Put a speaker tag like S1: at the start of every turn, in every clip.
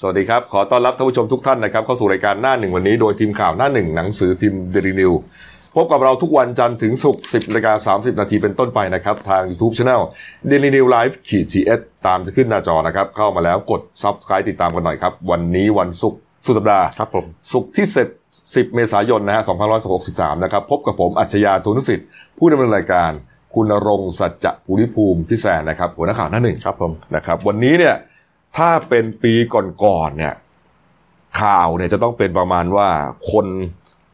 S1: สวัสดีครับ ขอต้อนรับท่านผู้ชมทุกท่านนะครับเข้าสู่รายการหน้าหนึ่งวันนี้โดยทีมข่าวหน้าหนึ่งหนังสือพิมพ์เดลินิวพบกับเราทุกวันจันทร์ถึงศุกร์10นาฬิกา30 นาทีเป็นต้นไปนะครับ ทาง YouTube Channel Daily New Life ขีด GS ตามที่ขึ้นหน้าจอนะครับ เข้ามาแล้วกด Subscribe ติดตามกันหน่อยครับ วันนี้วันศุกร์สุดสัปดาห์
S2: ครับผม
S1: ศุกร์ที่ 10 เมษายนนะฮะ2563 นะครับ พบกับผมอัจฉริยาโทนุสิทธิ์ ผู้ดำเนินรายการ คุณณรงค์สัจจะภูริภูมิพิแสนนะครับ หัวหน้าข่าวหน้าหนึ่ง
S2: ครับผม
S1: นะครับ วันนี้เนี่ย ถ้าเป็นปีก่อนๆเนี่ย ข่าวเนี่ยจะต้องเป็นประมาณว่าคน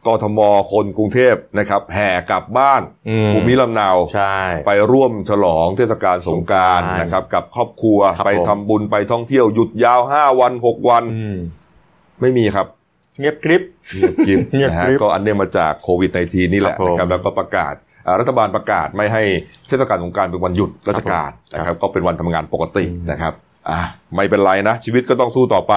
S1: กทม คนกรุงเทพนะครับ แห่กลับบ้าน
S2: อืม
S1: ภูมิลำเนา
S2: ใช่
S1: ไปร่วมฉลองเทศกาลสงกราร
S2: สงกรานต์
S1: นะครับ กับครอบครัว
S2: ครับ
S1: ไป
S2: ผม
S1: ทำบุญไปท่องเที่ยวหยุดยาว 5 วัน 6 วัน
S2: อืม
S1: ไม่มีครับ
S2: เงียบกริบ
S1: เงียบกริบ
S2: เงียบ
S1: นะฮะ
S2: กริบ
S1: ก็อันเนื่องมาจากโควิด -19 นี่แหละ
S2: ครับผม
S1: นะครับแล้วก็ประกาศอ่ารัฐบาลประกาศไม่ให้เทศกาลสงกรารเป็นวันหยุดราชการ
S2: ครับ
S1: นะครับ ก็เป็นวันทำงานปกติ
S2: อืม
S1: นะครับอ่ะไม่เป็นไรนะ ชีวิตก็ต้องสู้ต่อไป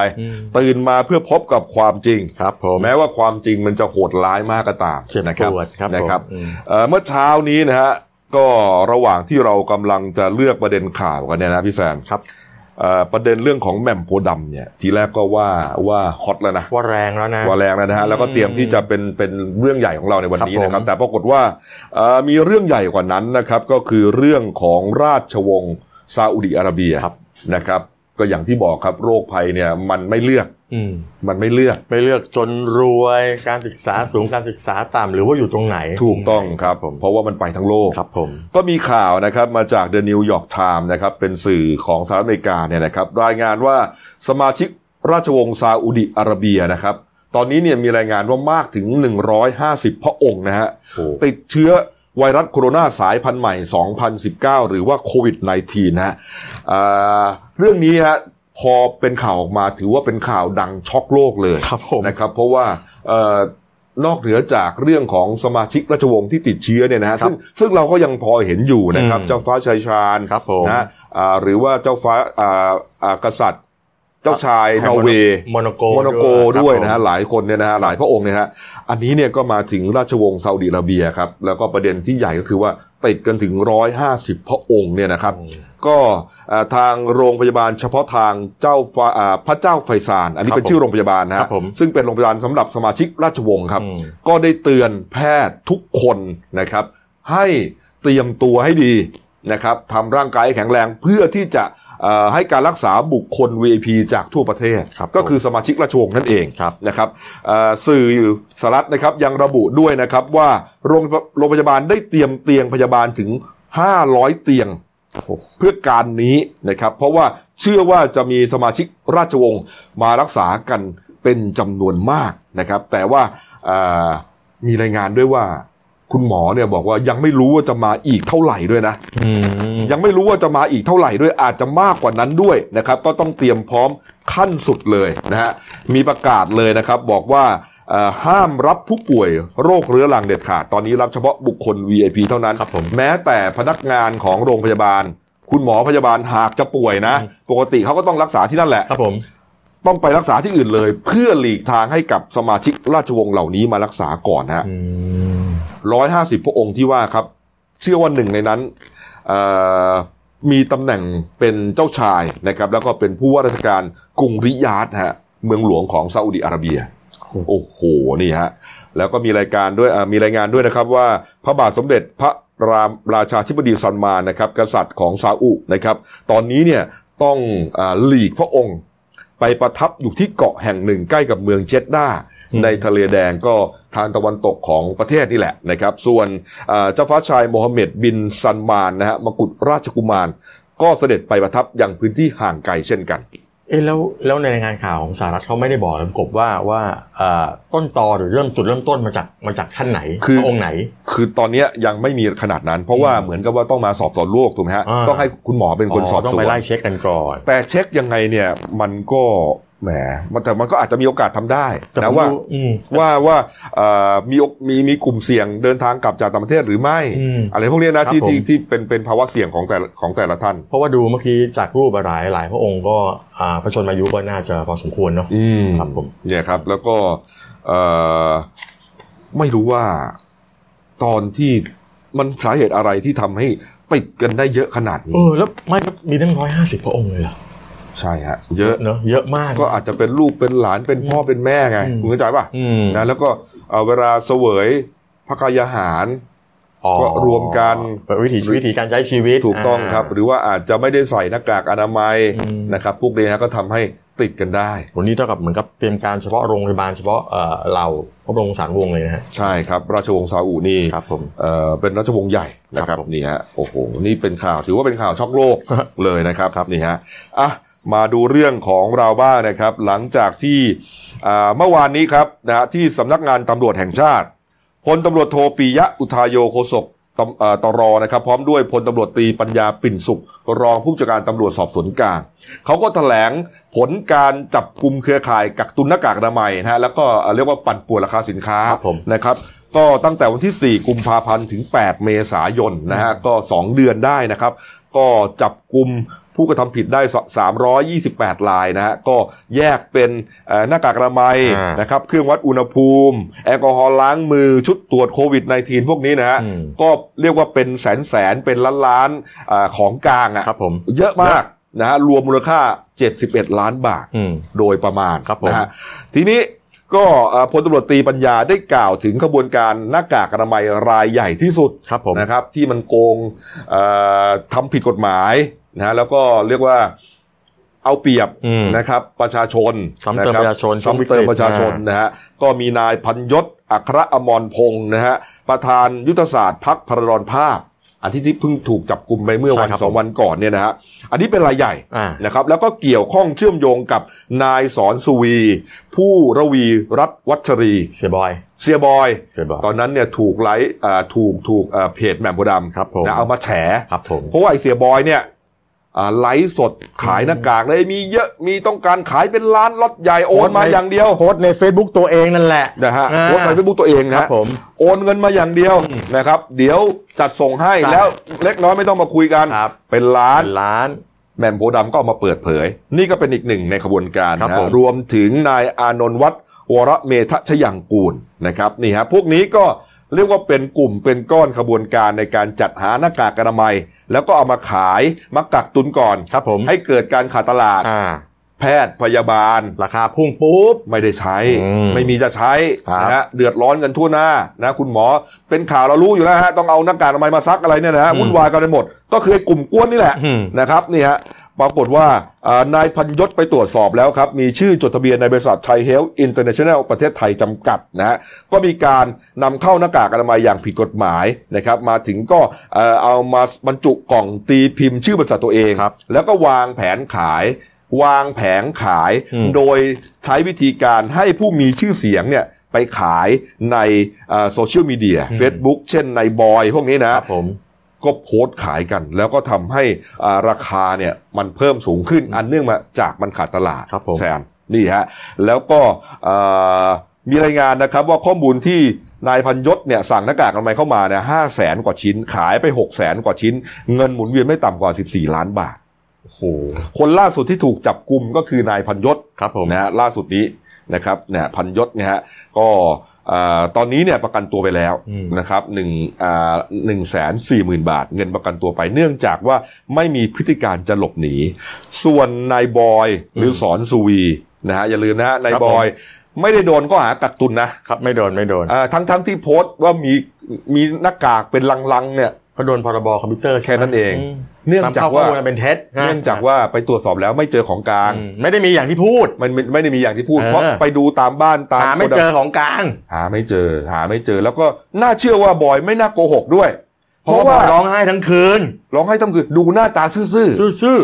S1: ตื่นมาเพื่อพบกับความจริง
S2: ครับผม
S1: แม้ว่าความจริงมันจะโหดร้ายมากก็ตาม
S2: เจ็บ
S1: นะ
S2: ปวดครับ
S1: นะครับ
S2: ผมอืม
S1: เอ่อเมื่อเช้านี้นะฮะก็ระหว่างที่เรากำลังจะเลือกประเด็นข่าวกันเนี่ยนะพี่แฟน
S2: ครับ
S1: เอ่อประเด็นเรื่องของแหม่มโพธิ์ดำเนี่ยทีแรกก็ว่าว่าฮอตแล้วนะ
S2: ว่าแรงแล้วนะ
S1: วาแรงแล้วนะฮะแล้วก็เตรียมที่จะเป็นเป็นเรื่องใหญ่ของเราในวันนี้นะครับ
S2: ครับผม
S1: แต่ปรากฏว่าเอ่อมีเรื่องใหญ่กว่านั้นนะครับ ก็คือเรื่องของราชวงศ์ซาอุดิอาระเบีย
S2: ครับ
S1: นะครับ ก็อย่างที่บอกครับโรคภัยเนี่ยมันไม่เลือก
S2: อืม
S1: มันไม่เลือก
S2: ไม่เลือกจนรวยการศึกษาสูงการศึกษาต่ำหรือว่าอยู่ตรงไหน
S1: ถูกต้องครับเพราะว่ามันไปทั้งโลก
S2: ครับผม
S1: ก็มีข่าวนะครับมาจาก The New York Times นะครับเป็นสื่อของสหรัฐอเมริกาเนี่ยนะครับรายงานว่าสมาชิกราชวงศ์ซาอุดิอาระเบียนะครับ ตอนนี้เนี่ยมีรายงานว่ามากถึง 150 พระองค์นะฮะ
S2: โอ้
S1: ติดเชื้อไวรัสโคโรนาสายพันธุ์ใหม่ 2019 หรือว่าโควิด -19 นะฮะอ่าเรื่องนี้ฮะพอเป็นข่าวออกมาถือว่าเป็นข่าวดังช็อกโลกเลย
S2: ครับผม
S1: นะครับ เพราะว่าเอ่อนอกเหนือจากเรื่องของสมาชิกราชวงศ์ที่ติดเชื้อเนี่ยนะฮะ
S2: ครับ
S1: ซึ่งซึ่งเราก็ยังพอเห็นอยู่นะครับ
S2: อืม
S1: เจ้าฟ้าชายชาญ
S2: ครับผม
S1: นะฮะอ่าหรือว่าเจ้าฟ้าอ่าอ่ากษัตริย์ เจ้าชายนอร์เวย์
S2: โมโนโก
S1: โมโนโกด้วยนะ
S2: ครั
S1: ฮะ
S2: บผม
S1: หลายคนเนี่ยนะฮะหลายพระองค์เนี่ยฮะอันนี้เนี่ยก็มาถึงราชวงศ์ซาอุดิอาระเบียครับแล้วก็ประเด็นที่ใหญ่ก็คือว่าติดกันถึง 150 พระองค์เนี่ยนะครับ ก็อ่าทางโรงพยาบาลเฉพาะทางเจ้าฟ้าอ่าพระเจ้าไฟซานอันนี้
S2: ครับ
S1: เป็นชื่อโรงพยาบาลนะ
S2: ครั
S1: ฮะ
S2: บผม
S1: ซึ่งเป็นโรงพยาบาลสำหรับสมาชิกราชวงศ์ครับ
S2: อืม
S1: ก็ได้เตือนแพทย์ทุกคนนะครับ ให้เตรียมตัวให้ดีนะครับทำร่างกายให้แข็งแรงเพื่อที่จะเอ่อให้การรักษาบุคคล VIP จากทั่วประเทศ
S2: ครับ
S1: ก็คือสมาชิกราชวงศ์นั่นเอง
S2: ครับ
S1: นะครับเอ่อสื่อสหรัฐนะครับยังระบุด้วยนะครับว่าโรงโรงพยาบาลได้เตรียมเตียงพยาบาลถึง 500 เตียง เพื่อการนี้นะครับ เพราะว่าเชื่อว่าจะมีสมาชิกราชวงศ์มารักษากันเป็นจำนวนมากนะครับ แต่ว่าอ่ามีรายงานด้วยว่า คุณหมอเนี่ยบอกว่ายังไม่รู้ว่าจะมาอีกเท่าไหร่ด้วยนะ
S2: อืม
S1: ยังไม่รู้ว่าจะมาอีกเท่าไหร่ด้วยอาจจะมากกว่านั้นด้วยนะครับ ก็ต้องเตรียมพร้อมขั้นสุดเลยนะฮะมีประกาศเลยนะครับ บอกว่าเอ่อห้ามรับผู้ป่วยโรคเรื้อรังเด็ดขาด ตอนนี้รับเฉพาะบุคคล VIP เท่านั้น
S2: ครับผม
S1: แม้แต่พนักงานของโรงพยาบาล คุณหมอพยาบาลหากจะป่วยนะ
S2: อืม
S1: ปกติเขาก็ต้องรักษาที่นั่นแหละ
S2: ครับผม
S1: ต้องไปรักษาที่อื่นเลย เพื่อหลีกทางให้กับสมาชิกราชวงศ์เหล่านี้มารักษาก่อนนะฮะ
S2: อืม
S1: ร้อยห้าสิบพระองค์ที่ว่าครับ เชื่อว่าหนึ่งในนั้นเอ่อมีตำแหน่งเป็นเจ้าชายนะครับ แล้วก็เป็นผู้ว่าราชการกรุงริยาดฮะเมืองหลวงของซาอุดิอาระเบีย โอ้โหนี่ฮะแล้วก็มีรายการด้วยอ่ามีรายงานด้วยนะครับว่าพระบาทสมเด็จพระรามราชาธิบดีซันมานนะครับ กษัตริย์ของซาอุนะครับ ตอนนี้เนี่ยต้องอาหลีกพระองค์ ไปประทับอยู่ที่เกาะแห่งหนึ่งใกล้กับเมืองเจดดา
S2: อืม
S1: ในทะเลแดงก็ทางตะวันตกของประเทศนี่แหละนะครับ ส่วนอ่าเจ้าฟ้าชายโมฮัมเหม็ดบินซันมานนะฮะมกุฎราชกุมาร ก็เสด็จไปประทับยังพื้นที่ห่างไกลเช่นกัน
S2: เอ๊ะแล้วแล้วในงานข่าวของสหรัฐเขาไม่ได้บอกนะกบว่าว่าเอ่อต้นตอหรือเริ่มจุดเริ่มต้นมาจากมาจากท่านไหน
S1: คือ
S2: พระองค์ไหน
S1: คือตอนเนี้ยยังไม่มีขนาดนั้น เพราะว่าเหมือนกับว่าต้องมาสอบสวนโรคถูกไหมฮะ
S2: อ่า
S1: ต้องให้คุณหมอเป็นคนสอบ
S2: ต้อ
S1: สว
S2: งไป
S1: น
S2: ไล่เช็คกันก่อน
S1: แต่เช็คยังไงเนี่ยมันก็แหมมันแต่มันก็อาจจะมีโอกาสทำได้
S2: แต่
S1: นะ
S2: ผม
S1: ว่า
S2: ดูอืม
S1: ว่าว่าเอ่อมีโอกมีมีกลุ่มเสี่ยงเดินทางกลับจากต่างประเทศหรือไม่
S2: อืม
S1: อะไรพวกเนี้ยนะครับ ที่
S2: ผม
S1: ที่ที่เป็นเป็นภาวะเสี่ยงของแต่ละของแต่ละท่าน
S2: เพราะว่าดูเมื่อกี้จากรูปหลายหลายพระองค์ก็อ่าพระชนมายุก็น่าจะพอสมควรเนาะ
S1: อืม
S2: ครับผม
S1: เนี่ยครับ แล้วก็เอ่อไม่รู้ว่าตอนที่มันสาเหตุอะไรที่ทำให้ติดกันได้เยอะขนาด
S2: เอ
S1: นี้
S2: อแล้วไม่มีตั้งร้อยห้าสิบพระองค์เลยเหรอ
S1: ใช่ฮะเยอะ
S2: เนอะเยอะมาก
S1: ก็อาจจะเป็นลูกเป็นหลานเป็นพ่อเป็นแม่ไง
S2: อืม
S1: คุณเข้าใจป่ะ
S2: อืม
S1: นะแล้วก็เอ่อเวลาเสวยพระกายาหาร
S2: อ๋อ
S1: ก็รวมกัน
S2: แบบวิถีวิถีการใช้ชีวิต
S1: ถูกต้อง
S2: า
S1: ครับ หรือว่าอาจจะไม่ได้ใส่หน้ากากอนามัย
S2: อืม
S1: นะครับพวกนี้ฮะก็ทำให้ติดกันได้
S2: วันนี้เท่ากับเหมือนกับเตรียมการเฉพาะโรงพยาบาลเฉพาะเอ่อเราพระบรมสารวงศ์เลยนะฮะ
S1: ใช่ครับ ราชวงศ์ซาอุนี่
S2: ครับผม
S1: เอ่อเป็นราชวงศ์ใหญ่นะค
S2: ครั
S1: รับบ
S2: ผม
S1: นี่ฮะโอ้โหนี่เป็นข่าวถือว่าเป็นข่าวช็อกโลก เลยนะครับ
S2: ครับ
S1: นี่ฮะอ่ะมาดูเรื่องของเราบ้างนะครับ หลังจากที่อ่าเมื่อวานนี้ครับนะฮะที่สำนักงานตำรวจแห่งชาติพลตำรวจโทปิยะอุทายโยโคศกตำเอ่อตรนะครับ พร้อมด้วยพลตำรวจตรีปัญญาปิ่นสุข รองผู้จัดการตำรวจสอบสวนกลาง เขาก็แถลงผลการจับกลุ่มเครือข่ายกักตุนหน้ากากอนามัยนะฮะแล้วก็เอ่อเรียกว่าปั่นป่วนราคาสินค้า
S2: ครับผม
S1: นะครับ ก็ตั้งแต่วันที่ 4 กุมภาพันธ์ถึง 8 เมษายนนะฮะก็ 2 เดือนได้นะครับ ก็จับกลุ่มผู้กระทำผิดได้ 328 รายนะฮะก็แยกเป็นเอ่อหน้ากากอนามัย
S2: อ่าน
S1: นะครับเครื่องวัดอุณหภูมิ แอลกอฮอล์ล้างมือชุดตรวจโควิด -19 พวกนี้นะฮะ
S2: อืม
S1: ก็เรียกว่าเป็นแสนแสนๆเป็นล้านล้านๆอ่าของกลางอ่ะ
S2: ครับผม
S1: เยอะมากนะฮะรวมมูลค่า 71 ล้านบาท
S2: อืม
S1: โดยประมาณ
S2: ครับผม
S1: นะฮะทีนี้ก็เอ่อพลตำรวจตรีปัญญาได้กล่าวถึงขบวนการหน้ากากอนามัยรายใหญ่ที่สุด
S2: ครับผม
S1: นะครับที่มันโกงเอ่อทำผิดกฎหมายนะฮะแล้วก็เรียกว่าเอาเปรียบ
S2: อืม
S1: นะครับประชาชน
S2: ซ้ำเติม
S1: คบ
S2: ประชาชนช่วง
S1: ซ้ำ
S2: วิกฤต
S1: เติมประชาชน
S2: อ่าน
S1: นะฮะก็มีนายพันยศอัครอมรพงศ์นะฮะประธานยุทธศาสตร์พักพระรอนภาพ อันที่ที่เพิ่งถูกจับกลุ่มไปเมื่อวันสองวันก่อนเนี่ยนะฮะอันนี้เป็นรายใหญ่
S2: อ่า
S1: นะครับแล้วก็เกี่ยวข้องเชื่อมโยงกับนายสอนสุวี ผู้ระวีรัตน์วัชรี
S2: เสียบอย
S1: เสียบอย
S2: เสียบอย
S1: ตอนนั้นเนี่ยถูกไลฟ์อ่าถูกถูกเอ่อเพจแหม่มโพธิ์ด
S2: ครับผม
S1: ำนะเอามาแฉ
S2: ครับผม
S1: เพราะว่าไอเสียบอยเนี่ยอ่าไลฟ์สดขายหน้ากากเลยมีเยอะมีต้องการขายเป็นล้านล็อตใหญ่โอนมา
S2: โอนไป
S1: อย่างเดียว
S2: โพสต์ใน Facebook ตัวเองนั่นแหละ
S1: นะฮะ
S2: อ่า
S1: โอนไปเฟซบุ๊กตัวเอง
S2: ค
S1: นะ
S2: รับ
S1: ฮะ
S2: ผม
S1: โอนเงินมาอย่างเดียวนะครับ เดี๋ยวจัดส่งให้
S2: ครับ
S1: แล้วเล็กน้อยไม่ต้องมาคุยกัน
S2: ครับ
S1: เป็นล้าน
S2: เป็นล้าน
S1: แหม่มโพธิ์ดำก็ออกมาเปิดเผย นี่ก็เป็นอีกหนึ่งในขบวนการ
S2: ครับ
S1: นะฮะ
S2: ผม
S1: รวมถึงนายอานนท์วัดวรเมธชยังกูลนะครับนี่ฮะพวกนี้ก็เรียกว่าเป็นกลุ่มเป็นก้อนขบวนการในการจัดหาหน้ากากอนามัย แล้วก็เอามาขายมากักตุนก่อน
S2: ครับผม
S1: ให้เกิดการขาดตลาด
S2: อ่า
S1: แพทย์พยาบาล
S2: ราคาพุ่งปุ๊บ
S1: ไม่ได้ใช้
S2: อืม
S1: ไม่มีจะใช้
S2: ครับ
S1: นะฮะเดือดร้อนกันทั่วหน้านะคุณหมอเป็นข่าวเรารู้อยู่แล้วฮะต้องเอาหน้ากากอนามัยมาซักอะไรเนี่ยนะฮะ
S2: อืม
S1: วุ่นวายกันไปหมด ก็คือไอ้กลุ่มกวนนี่แหละ
S2: อืม
S1: นะครับนี่ฮะปรากฏว่าอ่านายพันยศไปตรวจสอบแล้วครับ มีชื่อจดทะเบียนในบริษัทไทยเฮลท์อินเตอร์เนชั่นแนลประเทศไทยจำกัดนะฮะก็มีการนำเข้าหน้ากากอนามัยอย่างผิดกฎหมายนะครับ มาถึงก็เอ่อเอามาบรรจุกล่องตีพิมพ์ชื่อบริษัทตัวเอง
S2: ครับ
S1: แล้วก็วางแผนขายวางแผงขาย
S2: อืม
S1: โดยใช้วิธีการให้ผู้มีชื่อเสียงเนี่ยไปขายในโซเชียลมีเดีย Facebook เช่นในบอยพวกนี้นะ
S2: ครับผม
S1: ก็โพสต์ขายกัน แล้วก็ทำให้อ่าราคาเนี่ยมันเพิ่มสูงขึ้นอันเนื่องมาจากมันขาดตลาด
S2: ครับผม
S1: แซมนี่ฮะแล้วก็อ่ามีรายงานนะครับว่าข้อมูลที่นายพันยศเนี่ยสั่งหน้ากากอนามัยเข้ามาเนี่ยห้าแสนกว่าชิ้น ขายไปหกแสนกว่าชิ้น เงินหมุนเวียนไม่ต่ำกว่า 14 ล้านบาท
S2: โอ้โห
S1: คนล่าสุดที่ถูกจับกลุ่มก็คือนายพันยศ
S2: ครับผม
S1: นะฮะล่าสุดนี้นะครับเนี่ยพันยศเนี่ยฮะก็อ่าตอนนี้เนี่ยประกันตัวไปแล้ว
S2: อืม
S1: นะครับหนึ่งอ่าหนึ่งแสนสี่หมื่นบาท เงินประกันตัวไปเนื่องจากว่าไม่มีพฤติการจะหลบหนี ส่วนนายบอยหรือสอนสุวีนะฮะอย่าลืมนะฮะนายบอยไม่ได้โดนข้อหากักตุนนะครับ
S2: ไม่โดนไม่โดน
S1: อ่าทั้งทั้งที่โพสต์ว่ามีมีหน้ากากเป็นลังๆเนี่ย
S2: เขาะโดนพรบคอมพิวเตอร์
S1: แค่นั้นเอง
S2: ม
S1: เนื่องจาก
S2: นำข้
S1: ว่า
S2: ข้อมูลอันเป็นเท็จนะ
S1: เนื่องจากว่าไปตรวจสอบแล้วไม่เจอของกลาง
S2: อืมไม่ได้มีอย่างที่พูด
S1: มันไม่ไม่ได้มีอย่างที่พูด
S2: เออ
S1: เพราะไปดูตามบ้านตาม
S2: หาไม่
S1: โกดัง
S2: เจอของกลาง
S1: หาไม่เจอ หาไม่เจอแล้วก็น่าเชื่อว่าบอยไม่น่าโกหกด้วย เพ
S2: เพราะ
S1: ราะ
S2: ว่า
S1: ว่า
S2: ร้องไห้ทั้งคืน
S1: ร้องให้ตำรวจดูหน้าตาซื่อ
S2: ซื่อ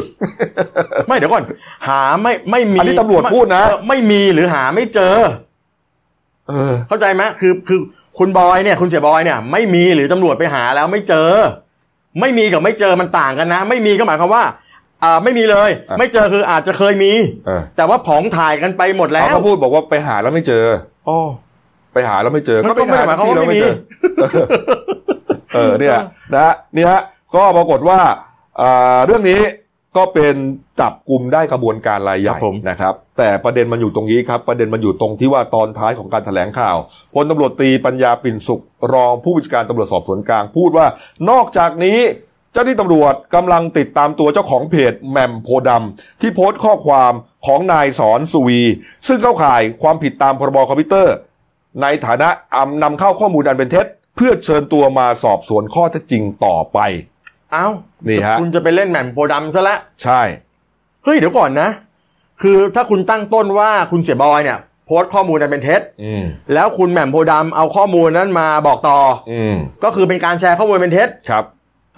S2: ๆ ไม่เดี๋ยวก่อน หาไม่ไม่มี
S1: อันนี้ตำรวจพูดนะ
S2: เออไม่มีหรือหาไม่เจอ
S1: ๆเออ
S2: เข้าใจไหมคือคือคุณบอยเนี่ย คุณเสียบอยเนี่ย ไม่มีหรือตำรวจไปหาแล้วไม่เจอ ไม่มีกับไม่เจอมันต่างกันนะ ไม่มีก็หมายความว่า อ่าไม่มีเลย
S1: อ่ะ
S2: ไม่เจอคืออาจจะเคยมี
S1: เออ
S2: แต่ว่าผองถ่ายกันไปหมดแล้
S1: เขา
S2: ว
S1: ก็พูดบอกว่าไปหาแล้วไม่เจอ
S2: อ๋อ
S1: ไปหาแล้วไม่เจอ
S2: มัน
S1: ก็
S2: ก็
S1: ไปหา
S2: ไม่ได้หมายความ
S1: ที่
S2: ว่า
S1: เรา
S2: ไม่
S1: ไม่
S2: มี
S1: เจอ เออเนี่ยนะฮะนี่ฮะก็ปรากฏว่าอ่าเรื่องนี้ก็เป็นจับกลุ่มได้ขบวนการรายใหญ่
S2: ครับผม
S1: นะครับ แต่ประเด็นมันอยู่ตรงนี้ครับ ประเด็นมันอยู่ตรงที่ว่าตอนท้ายของการแถลงข่าวพลตำรวจตรีปัญญาปิ่นสุข รองผู้บัญชาการตำรวจสอบสวนกลางพูดว่า นอกจากนี้ เจ้าหน้าที่ตำรวจกำลังติดตามตัวเจ้าของเพจแหม่มโพธิ์ดำที่โพสต์ข้อความของนายสอนสุวี ซึ่งเข้าข่ายความผิดตามพรบคอมพิวเตอร์ ในฐานะอำนำเข้าข้อมูลอันเป็นเท็จ เพื่อเชิญตัวมาสอบสวนข้อเท็จจริงต่อไป
S2: เอ้า
S1: นี่ฮะ
S2: คุณจะไปเล่นแหม่มโพธิ์ดำซะละ
S1: ใช่
S2: เฮ้ยเดี๋ยวก่อนนะ คือถ้าคุณตั้งต้นว่าคุณเสียบอยเนี่ย โพสต์ข้อมูลอันเป็นเท็จ
S1: อืม
S2: แล้วคุณแหม่มโพธิ์ดำเอาข้อมูลนั้นมาบอกต่อ
S1: อืม
S2: ก็คือเป็นการแชร์ข้อมูลเป็นเท็จ
S1: ครับ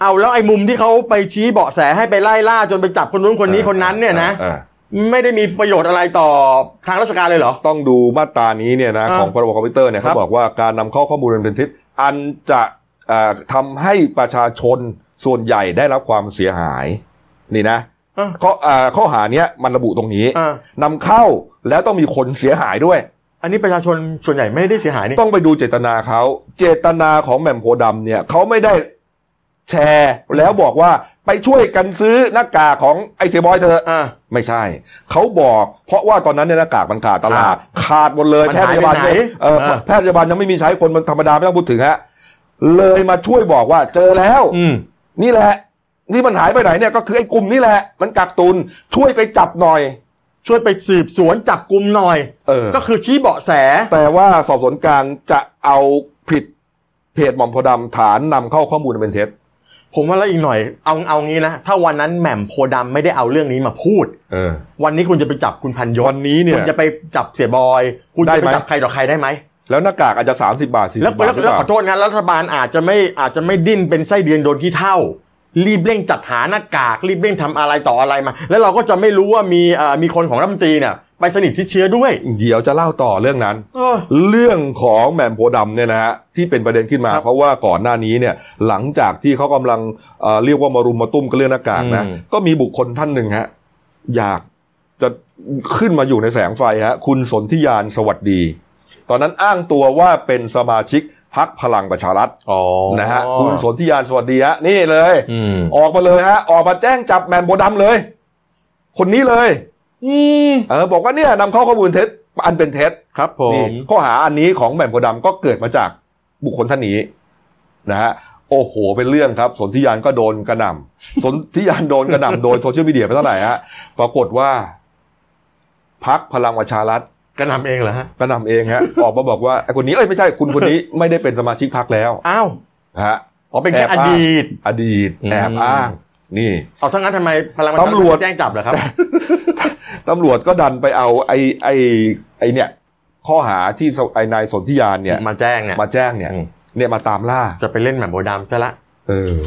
S2: เอาแล้วไอ้มุมที่เขาไปชี้เบาะแสให้ไปไล่ล่าจนไปจับคนนู้นคนนี้คนนั้นเนี่ยนะ
S1: ออ
S2: ไม่ได้มีประโยชน์อะไรต่อทางราชการเลยเหรอ
S1: ต้องดูมาตรานี้เนี่ยนะ
S2: อ่า
S1: ของพรบคอมพิวเตอร์เนี่ย
S2: ครั
S1: เขา
S2: บ
S1: บอกว่าการนำเข้าข้อมูลอันเป็นเท็จอันจะเอ่อทำให้ประชาชนส่วนใหญ่ได้รับความเสียหาย นี่นะ
S2: อ่ะ
S1: ข้อเอ่อข้อหาเนี้ยมันระบุตรงนี้
S2: อ่ะ
S1: นำเข้าแล้วต้องมีคนเสียหายด้วย
S2: อันนี้ประชาชนส่วนใหญ่ไม่ได้เสียหายนี่
S1: ต้องไปดูเจตนาเขาเจตนาของแหม่มโพธิ์ดำเนี่ยเขาไม่ได้แชร์แล้วบอกว่าไปช่วยกันซื้อหน้ากากของไอเสียบอยเธอะ
S2: อ่ะ
S1: ไม่ใช่ เขาบอกเพราะว่าตอนนั้นเนี่ยหน้ากากมันขาดตลาด ขาดหมดเลย
S2: มัน
S1: แพทย์พยาบาล
S2: หายไปไหน
S1: เออ
S2: เออ
S1: แพทย์พยาบาลยังไม่มีใช้คนมันธรรมดาไม่ต้องพูดถึงฮะเลยมาช่วยบอกว่าเจอแล้ว
S2: อืม
S1: นี่แหละ นี่มันหายไปไหนเนี่ยก็คือไอ้กลุ่มนี่แหละ มันกักตุนช่วยไปจับหน่อย
S2: ช่วยไปสืบสวนจับกลุ่มหน่อย
S1: เออ
S2: ก็คือชี้เบาะแส
S1: แต่ว่าสอบสวนกลางจะเอาผิดเพจหม่อมโพธิ์ดำฐานนำเข้าข้อมูลอันเป็นเท็จ
S2: ผมว่าแล้วอีกหน่อย เอาเอางี้นะ ถ้าวันนั้นแหม่มโพธิ์ดำไม่ได้เอาเรื่องนี้มาพูด
S1: เออ
S2: วันนี้คุณจะไปจับคุณพันยศ
S1: วันนี้เนี่ย
S2: คุณจะไปจับเสียบอย คุณ
S1: ได้
S2: จะ
S1: ไหม
S2: ไปจับใครต่อใครได้ไหม
S1: แล้วหน้ากากอาจจะ 30 บาท40
S2: แล้ว
S1: บา
S2: แล้ว
S1: ทหรือ
S2: แล้ว
S1: เป
S2: ขอ
S1: ล่า
S2: โทษนะรัฐบาลอาจจะไม่อาจจะไม่ดิ้นเป็นไส้เดือนโดนขี้เท่า รีบเร่งจัดหาหน้ากาก รีบเร่งทำอะไรต่ออะไรมา แล้วเราก็จะไม่รู้ว่ามีเอ่อมีคนของรัฐมนตรีเนี่ยไปสนิทชิดเชื้อด้วย
S1: เดี๋ยวจะเล่าต่อเรื่องนั้น
S2: เออ
S1: เรื่องของแหม่มโพธิ์ดำเนี่ยนะฮะที่เป็นประเด็นขึ้นมา
S2: ครับ
S1: เพราะว่าก่อนหน้านี้เนี่ยหลังจากที่เขากำลังเอ่อเรียกว่ามารุมมาตุ้มกันเรื่องหน้ากากนะ
S2: อืม
S1: ก็มีบุคคลท่านหนึ่งฮะอยากจะขึ้นมาอยู่ในแสงไฟฮะคุณสนธิยานสวัสดี ตอนนั้นอ้างตัวว่าเป็นสมาชิกพักพลังประชารัฐ
S2: อ๋อ
S1: นะฮะคุณสนธิยานสวัสดีฮะนี่เลย
S2: อืม
S1: ออกมาเลยฮะออกมาแจ้งจับแหม่มโพธิ์ดำเลย คนนี้เลย
S2: อืม
S1: เออบอกว่าเนี่ยนำเข้าข้อมูลเท็จอันเป็นเท็จ
S2: ครับผ
S1: นี่
S2: ม
S1: ข้อหาอันนี้ของแหม่มโพธิ์ดำก็เกิดมาจากบุคคลท่านนี้นะฮะโอ้โห เป็นเรื่องครับ สนธิยานก็โดนกระหน่ำ สนธิยานโดนกระหน่ำ โดยโซเชียลมีเดียไปเท่าไหร่ฮะปรากฏว่าพักพลังประชารัฐ
S2: กระหนำเองเหรอฮะ
S1: กระหน่ำเองฮะ ออกมาบอกว่าไอ้คนนี้เอ้ยไม่ใช่คุณคนนี้ไม่ได้เป็นสมาชิกพักแล้ว
S2: อ้าว
S1: นะฮะ
S2: อ๋อเป็นแค่
S1: แอบ
S2: อ
S1: อ้าง
S2: ดีต
S1: อดีตแอบอ้าง นี่
S2: เอาทั้งนั้นทำไมพลังปะชาฐ
S1: ตำรวจ
S2: แจ้งจับเหรอครับ
S1: ตำรวจก็ดันไปเอาไอ้ไอ้ไอ้เนี่ย ข้อหาที่ไอ้นายสนธิยานเนี่ย
S2: มาแจ้งเนี่ย
S1: มาแจ้งเนี่ย
S2: อืม
S1: เนี่ยมาตามล่า
S2: จะไปเล่นแหม่มโบดามซะละ
S1: เออ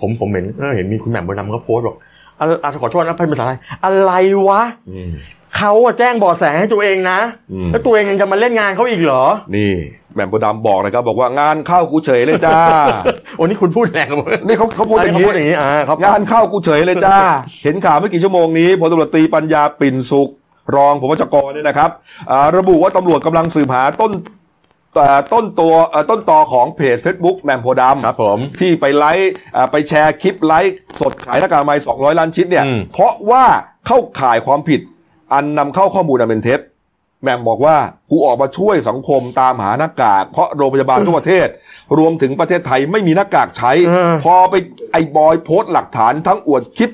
S2: ผมผมเห็นเออเห็นมีคุณแหม่มโบดามก็โพสต์บอกอะอ่ะขอโทษนะเป็นภาษาไทยอะไรวะ
S1: อืม
S2: เขาอะแจ้งเบาะแสให้ตัวเองนะ
S1: อืม
S2: แล้วตัวเองยังจะมาเล่นงานเขาอีกเหรอ
S1: นี่แหม่มโพธิ์ดำบอกนะครับบอกว่างานเข้ากูเฉยเลยจ้า
S2: โอ้นี่คุณพูดแรงมาก
S1: นี่เขาเขาพูดอย่างนี้
S2: เขาพูดอย่างนี้อ่าครับ
S1: งานเข้ากูเฉยเลยจ้า เห็นข่าวไม่กี่ชั่วโมงนี้พลตำรวจตรีปัญญาปิ่นสุข รองผบชกเนี่ยนะครับอ่าระบุว่าตำรวจกำลังสืบหาต้นอ่าต้นตัวอ่าต้นตอของเพจ Facebook แหม่มโพธิ์ดำ
S2: ครับผม
S1: ที่ไปไลฟ์อ่าไปแชร์คลิปไลฟ์สดขายหน้ากากอนามัย200 ล้านชิ้นเนี่ย
S2: อืม
S1: เพราะว่าเข้าข่ายความผิด อันนำเข้าข้อมูลอันเป็นเท็จแหม่มบอกว่ากูออกมาช่วยสังคมตามหาหน้ากาก เพราะโรงพยาบาลทั่วประเทศ รวมถึงประเทศไทยไม่มีหน้ากากใช้
S2: เออ
S1: พอไปไอ้บอยโพสต์หลักฐานทั้งอวดคลิป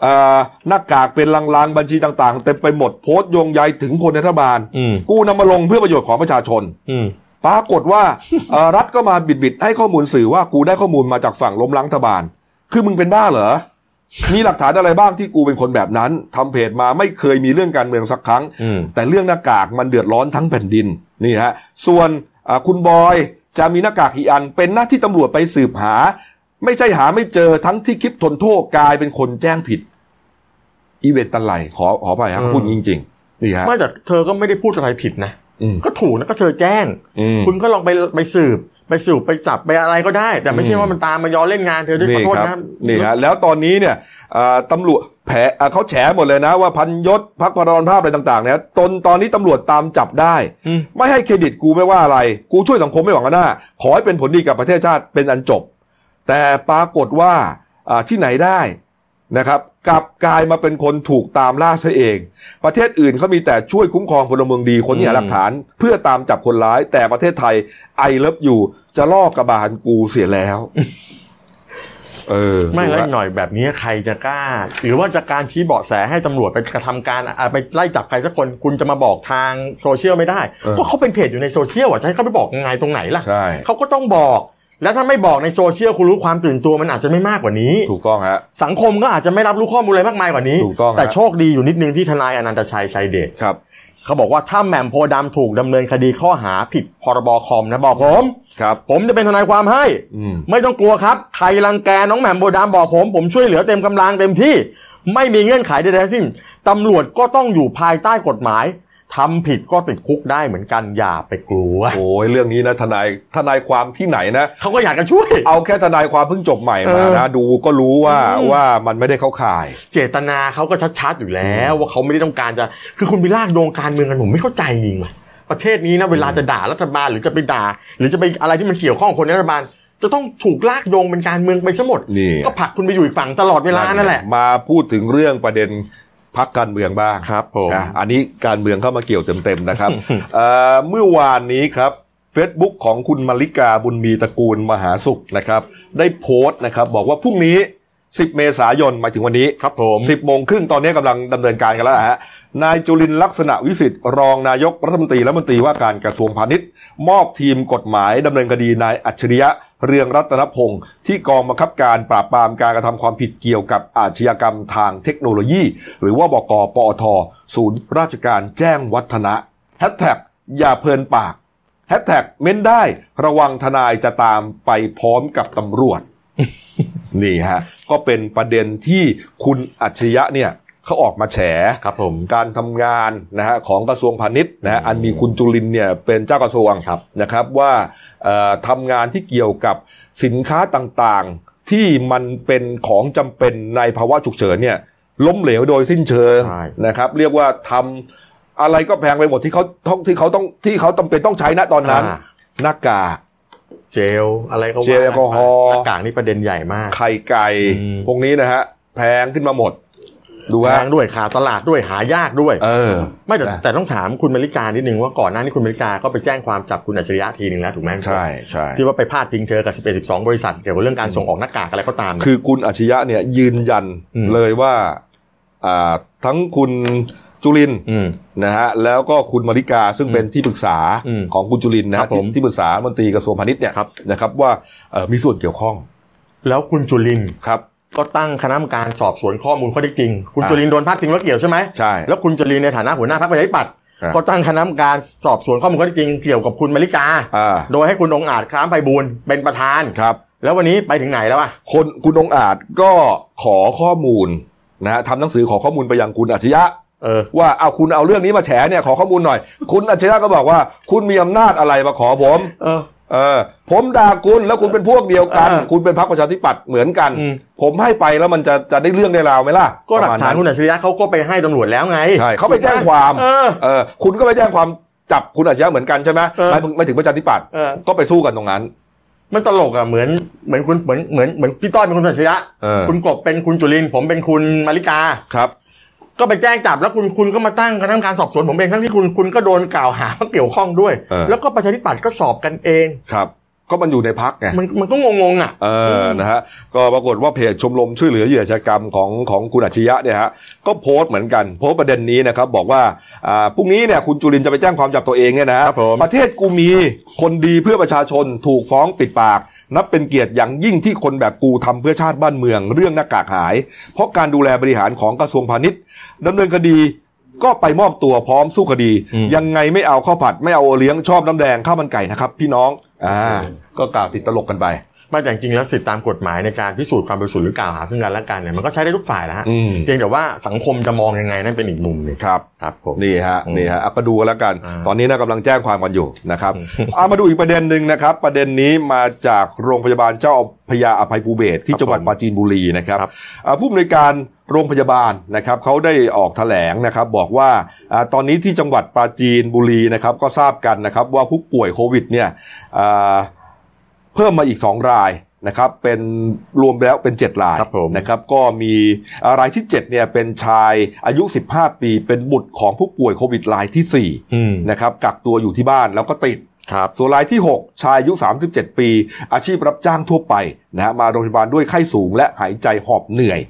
S1: เอ่อหน้ากากเป็นลางๆ บัญชีต่างๆเต็มไปหมดโพสต์โยงใยถึงคนในรัฐบาล
S2: อืม
S1: กูนำมาลงเพื่อประโยชน์ของประชาชน
S2: อืม
S1: ปรากฏว่าเอ่อรัฐก็มาบิดบิดๆให้ข้อมูลสื่อว่ากูได้ข้อมูลมาจากฝั่งล้มล้างรัฐบาล คือมึงเป็นบ้าเหรอ มีหลักฐานอะไรบ้างที่กูเป็นคนแบบนั้นทำเพจมาไม่เคยมีเรื่องการเมืองสักครั้ง
S2: อืม
S1: แต่เรื่องหน้ากากมันเดือดร้อนทั้งแผ่นดินนี่ฮะส่วนเอ่อคุณบอยจะมีหน้ากากอีกอัน เป็นหน้าที่ตำรวจไปสืบหา ไม่ใช่หาไม่เจอทั้งที่คลิปทนโทษกลายเป็นคนแจ้งผิด อีเวนต์ตันไหลขอขอไปฮะพูดจริงๆนี่ฮะ
S2: ไม่แต่เธอก็ไม่ได้พูดอะไรผิดนะ
S1: อืม
S2: ก็ถูกนะก็เธอแจ้ง
S1: อืม
S2: คุณก็ลองไปไปสืบไปสืบไปจับไปอะไรก็ได้ แต่ไม่ใช่
S1: อืม
S2: ว่ามันตามมาย้อนเล่นงานเธอด้วยขอโทษ
S1: ครับ
S2: นะ
S1: นี่ฮะแล้วตอนนี้เนี่ยเอ่อตำรวจแผลเอ่อเขาแฉหมดเลยนะว่าพันยศพักพรรณภาพอะไรต่างๆเนี่ยตนตอนนี้ตำรวจตามจับได้
S2: อืม
S1: ไม่ให้เครดิตกูไม่ว่าอะไร กูช่วยสังคมไม่หวังกันหน้า ขอให้เป็นผลดีกับประเทศชาติเป็นอันจบ แต่ปรากฏว่าอ่าที่ไหนได้นะครับกลับกลายมาเป็นคนถูกตามล่าซะเอง ประเทศอื่นเขามีแต่ช่วยคุ้มครองพลเมืองดีคนที่หาหลักฐาน เพื่อตามจับคนร้าย แต่ประเทศไทยไอเลิฟอยู่จะลอกกระบาลกูเสียแล้ว เออ
S2: ไม่
S1: ดู
S2: แล้ว
S1: ละ
S2: อีกหน่อยแบบนี้ใครจะกล้า หรือว่าจะการชี้เบาะแสให้ตำรวจไปกระทำการอ่ะไปไล่จับใครสักคนคุณจะมาบอกทางโซเชียลไม่ได้ก็เขาเป็นเพจอยู่ในโซเชียลอ่ะจะให้เขาไปบอกยังไงตรงไหนล่ะ
S1: ใช่
S2: เขาก็ต้องบอก แล้วถ้าไม่บอกในโซเชียลคุณรู้ความตื่นตัวมันอาจจะไม่มากกว่านี้
S1: ถูกต้องฮะ
S2: สังคมก็อาจจะไม่รับรู้ข้อมูลอะไรมากมายกว่านี้
S1: ถูกต้องฮะ
S2: แต่โชคดีอยู่นิดนึงที่ทนายอนันตชัยชัยเดช
S1: ครับ
S2: เขาบอกว่าถ้าแหม่มโพธิ์ดำถูกดำเนินคดีข้อหาผิดพรบคอมนะบอกผม
S1: ครับ
S2: ผมจะเป็นทนายความให้
S1: อืม
S2: ไม่ต้องกลัวครับ ใครรังแกน้องแหม่มโบดามบอกผม ผมช่วยเหลือเต็มกำลังเต็มที่ ไม่มีเงื่อนไขใดๆทั้งสิ้นตำรวจก็ต้องอยู่ภายใต้กฎหมายทำผิดก็ติดคุกได้เหมือนกันอย่าไปกลัว
S1: โอ้ยเรื่องนี้นะทนายทนายความที่ไหนนะ
S2: เขาก็อยากจะช่วย
S1: เอาแค่ทนายความเพิ่งจบใหม่มา
S2: เออ
S1: นะ ดูก็รู้ว่า
S2: อืม
S1: ว่ามันไม่ได้เข้าข่าย
S2: เจตนาเขาก็ชัดๆอยู่แล้ว ว่าเขาไม่ได้ต้องการจะคือคุณไปลากโยงการเมืองกันผมไม่เข้าใจจริงว่ะประเทศนี้นะเวลาจะด่ารัฐบาลหรือจะไปด่า หรือจะไปอะไรที่มันเกี่ยวข้องกับคนในรัฐบาล จะต้องถูกลากโยงเป็นการเมืองไปซะหมด
S1: นี่
S2: ก็ผลักคุณไปอยู่อีกฝั่งตลอดเวลานั่นแหละ
S1: มาพูดถึงเรื่องประเด็นพักการเมืองบ้าง
S2: ครับผม
S1: อ่ะอันนี้การเมืองเข้ามาเกี่ยวเต็มๆนะครับ เอ่อเมื่อวานนี้ครับ Facebook ของคุณมาริกาบุญมีตระกูลมหาสุขนะครับ ได้โพสต์นะครับ บอกว่าพรุ่งนี้ 10 เมษายนหมายถึงวันนี้
S2: ครับผม
S1: สิบโมงครึ่งตอนนี้กำลังดำเนินการกันแล้วนะฮะ นายจุลินลักษณะวิสิทธิ์รองนายกรัฐมนตรีและมนตรีว่าการกระทรวงพาณิชย์ มอบทีมกฎหมายดำเนินคดีนายอัจฉริยะเรืองรัตนพงศ์ที่กองบังคับการปราบปรามการกระทำความผิดเกี่ยวกับอาชญากรรมทางเทคโนโลยี หรือว่าบกปอท ศูนย์ราชการแจ้งวัฒนะแฮชแท็กอย่าเพลินปากแฮชแท็กเม้นได้ระวังทนายจะตามไปพร้อมกับตำรวจ นี่ฮะ ก็เป็นประเด็นที่คุณอัจฉริยะเนี่ยเขาออกมาแฉ
S2: ครับผม
S1: การทำงานนะฮะของกระทรวงพาณิชย์นะฮะอันมีคุณจุลินเนี่ยเป็นเจ้ากระทรวง
S2: ครับ
S1: นะครับว่าเอ่อทำงานที่เกี่ยวกับสินค้าต่างๆ ที่มันเป็นของจำเป็นในภาวะฉุกเฉินเนี่ยล้มเหลวโดยสิ้นเชิง
S2: ใช่
S1: นะครับ เรียกว่าทำอะไรก็แพงไปหมดที่เขาที่เขาต้องที่เขาจำเป็นต้องใช้ณตอนนั้น
S2: อ่า
S1: หน้ากาก
S2: เจลอะไรก็ว่า
S1: เจลแอลกอฮอล์
S2: หน้ากากนี่ประเด็นใหญ่มาก
S1: ไข่ไก่
S2: อืม
S1: พวกนี้นะฮะแพงขึ้นมาหมด ดู
S2: แพ
S1: ฮะ
S2: งด้วยขาดตลาดด้วยหายากด้วย
S1: เออ
S2: ไม่แต่
S1: นะ
S2: แต่ต้องถามคุณมาริกานิดนึงว่าก่อนหน้านี้คุณมาริกาก็ไปแจ้งความจับคุณอัจฉริยะทีหนึ่งแล้วถูกไหม
S1: ใช่ใช่
S2: ที่ว่าไปพาดพิงเธอกับ11 12 บริษัทเกี่ยวกับเรื่องการส่งออกหน้ากากอะไรก็ตามเนี่ย
S1: คือคุณอาชยะเนี่ยยืนยัน
S2: อืม
S1: เลยว่าอ่าทั้งคุณจุลินทร์
S2: ม
S1: นะฮะแล้วก็คุณมาริกาซึ่งเป็นที่ปรึกษา
S2: อืม
S1: ของคุณจุลินทร์นะ
S2: ครั
S1: ฮะ
S2: บผ
S1: ที่
S2: ม
S1: ที่ปรึกษามนตรีกระทรวงพาณิชย์เนี่ย
S2: ครับ
S1: นะครับว่าเอ่อมีส่วนเกี่ยวข้อง
S2: แล้วคุณจุลิน
S1: ครับ
S2: ก็ตั้งคณะกรรมการสอบสวนข้อมูลข้อเท็จจริง คุณ
S1: อ่า
S2: จุลินโดนพาดพิงว่าเกี่ยวใช่ไหม
S1: ใช่
S2: แล้วคุณจุลินในฐานะหัวหน้าพรรคประชาธิปัตย์
S1: ครับ
S2: ก็ตั้งคณะกรรมการสอบสวนข้อมูลข้อเท็จจริงเกี่ยวกับคุณมาริกา
S1: อ่า
S2: โดยให้คุณองค์อาจคล้ามไพบูลย์เป็นประธาน
S1: ครับ
S2: แล้ววันนี้ไปถึงไหนแล้วอ่ะ
S1: คนคุณองค์อาจก็ขอข้อมูลนะฮะทำหนังสือขอข้อมูลไปยังคุณอาชยะ
S2: เออ
S1: ว่าเอาคุณเอาเรื่องนี้มาแฉเนี่ยขอข้อมูลหน่อย คุณอาชยะก็บอกว่า คุณมีอำนาจอะไรมาขอผม
S2: เออ
S1: เออผมด่าคุณแล้วคุณเป็นพวกเดียวกัน
S2: เออ
S1: คุณเป็นพรรคประชาธิปัตย์เหมือนกัน
S2: อืม
S1: ผมให้ไปแล้วมันจะจะได้เรื่องได้ราวไหมล่ะ
S2: ก็หลักฐาน
S1: ประม
S2: คุ
S1: ณ
S2: ณอัจฉริยะเขาก็ไปให้ตำรวจแล้วไง
S1: ใช่เขาไปแจ้งความ
S2: เออ
S1: เออคุณก็ไปแจ้งความจับคุณอาชญะเหมือนกันใช่ไหม
S2: เออ
S1: ไม่ไม่ถึงประชาธิปัตย์
S2: เออ
S1: ก็ไปสู้กันตรงนั้น
S2: มันตลกอ่ะเหมือนเหมือนคุณเหมือนเหมือนเหมือนพี่ต้อยเป็นคุณอัจฉริยะ
S1: เออ
S2: คุณกบเป็นคุณจุลินทร์ผมเป็นคุณมาริกา
S1: ครับ
S2: ก็ไปแจ้งจับแล้วคุณคุณก็มาตั้งคณะกรรมการสอบสวนผมเองทั้งที่คุณคุณก็โดนกล่าวหาว่าเกี่ยวข้องด้วย
S1: เออ
S2: แล้วก็ประชาธิปัตย์ก็สอบกันเอง
S1: ครับ ก็มันอยู่ในพักไง
S2: มันมันก็งงๆอ่ะ
S1: เออนะฮะก็ปรากฏว่าเพจชมรมช่วยเหลือเหยื่ออาชญากรรมของของคุณอาชญะเนี่ยฮะก็โพสต์เหมือนกันโพสต์ประเด็นนี้นะครับบอกว่าอ่าพรุ่งนี้เนี่ยคุณจุลินจะไปแจ้งความจับตัวเองเนี่ยนะฮะ
S2: ครับผม
S1: ประเทศกูมีคนดีเพื่อประชาชนถูกฟ้องปิดปาก นับเป็นเกียรติอย่างยิ่งที่คนแบบกูทำเพื่อชาติบ้านเมือง เรื่องหน้ากากหาย เพราะการดูแลบริหารของกระทรวงพาณิชย์ดำเนินคดีก็ไปมอบตัวพร้อมสู้คดี
S2: อืม
S1: ยังไงไม่เอาข้าวผัดไม่เอาโอเลี้ยงชอบน้ำแดงข้าวมันไก่นะครับ พี่น้องอ่า
S2: อืม
S1: ก็กล่าวติดตลกกันไป
S2: มาแต่จริงๆแล้วสิทธิตามกฎหมายในการพิสูจน์ความบริสุทธิ์หรือกล่าวหาซึ่งกันและกันเนี่ยมันก็ใช้ได้ทุกฝ่ายนะฮะ
S1: อืม
S2: เพียงแต่ว่าสังคมจะมองยังไงนั่นเป็นอีกมุมหนึง
S1: ครับ
S2: ครับผม
S1: นี่ฮะ
S2: อืม
S1: นี่ฮะอ่ะก็ดูกันแล้วกัน
S2: อ่า
S1: ตอนนี้นะกำลังแจ้งความกันอยู่นะครับ เอามาดูอีกประเด็นหนึ่งนะครับ ประเด็นนี้มาจากโรงพยาบาลเจ้าพระยาอภัยภูเบศรที่
S2: ครับ
S1: จังหวัด
S2: ผม
S1: ปราจีนบุรีนะครับ
S2: ครับ
S1: อ่าผู้อำนวยการโรงพยาบาลนะครับเขาได้ออกแถลงนะครับ บอกว่าอ่าตอนนี้ที่จังหวัดปราจีนบุรีนะครับ ก็ทราบกันนะครับว่าผู้ป่วยโควิดเนี่ยอ่าเพิ่มมาอีก 2 รายนะครับ เป็นรวมแล้วเป็น 7 ราย
S2: ครับผม
S1: นะครับ ก็มีอ่ารายที่7เนี่ยเป็นชายอายุ 15 ปี เป็นบุตรของผู้ป่วยโควิดรายที่สี่
S2: อืม
S1: นะครับกักตัวอยู่ที่บ้านแล้วก็ติด
S2: ครับ
S1: ส่วนรายที่ 6 ชายอายุ 37 ปี อาชีพรับจ้างทั่วไปนะฮะมาโรงพยาบาลด้วยไข้สูงและหายใจหอบเหนื่อย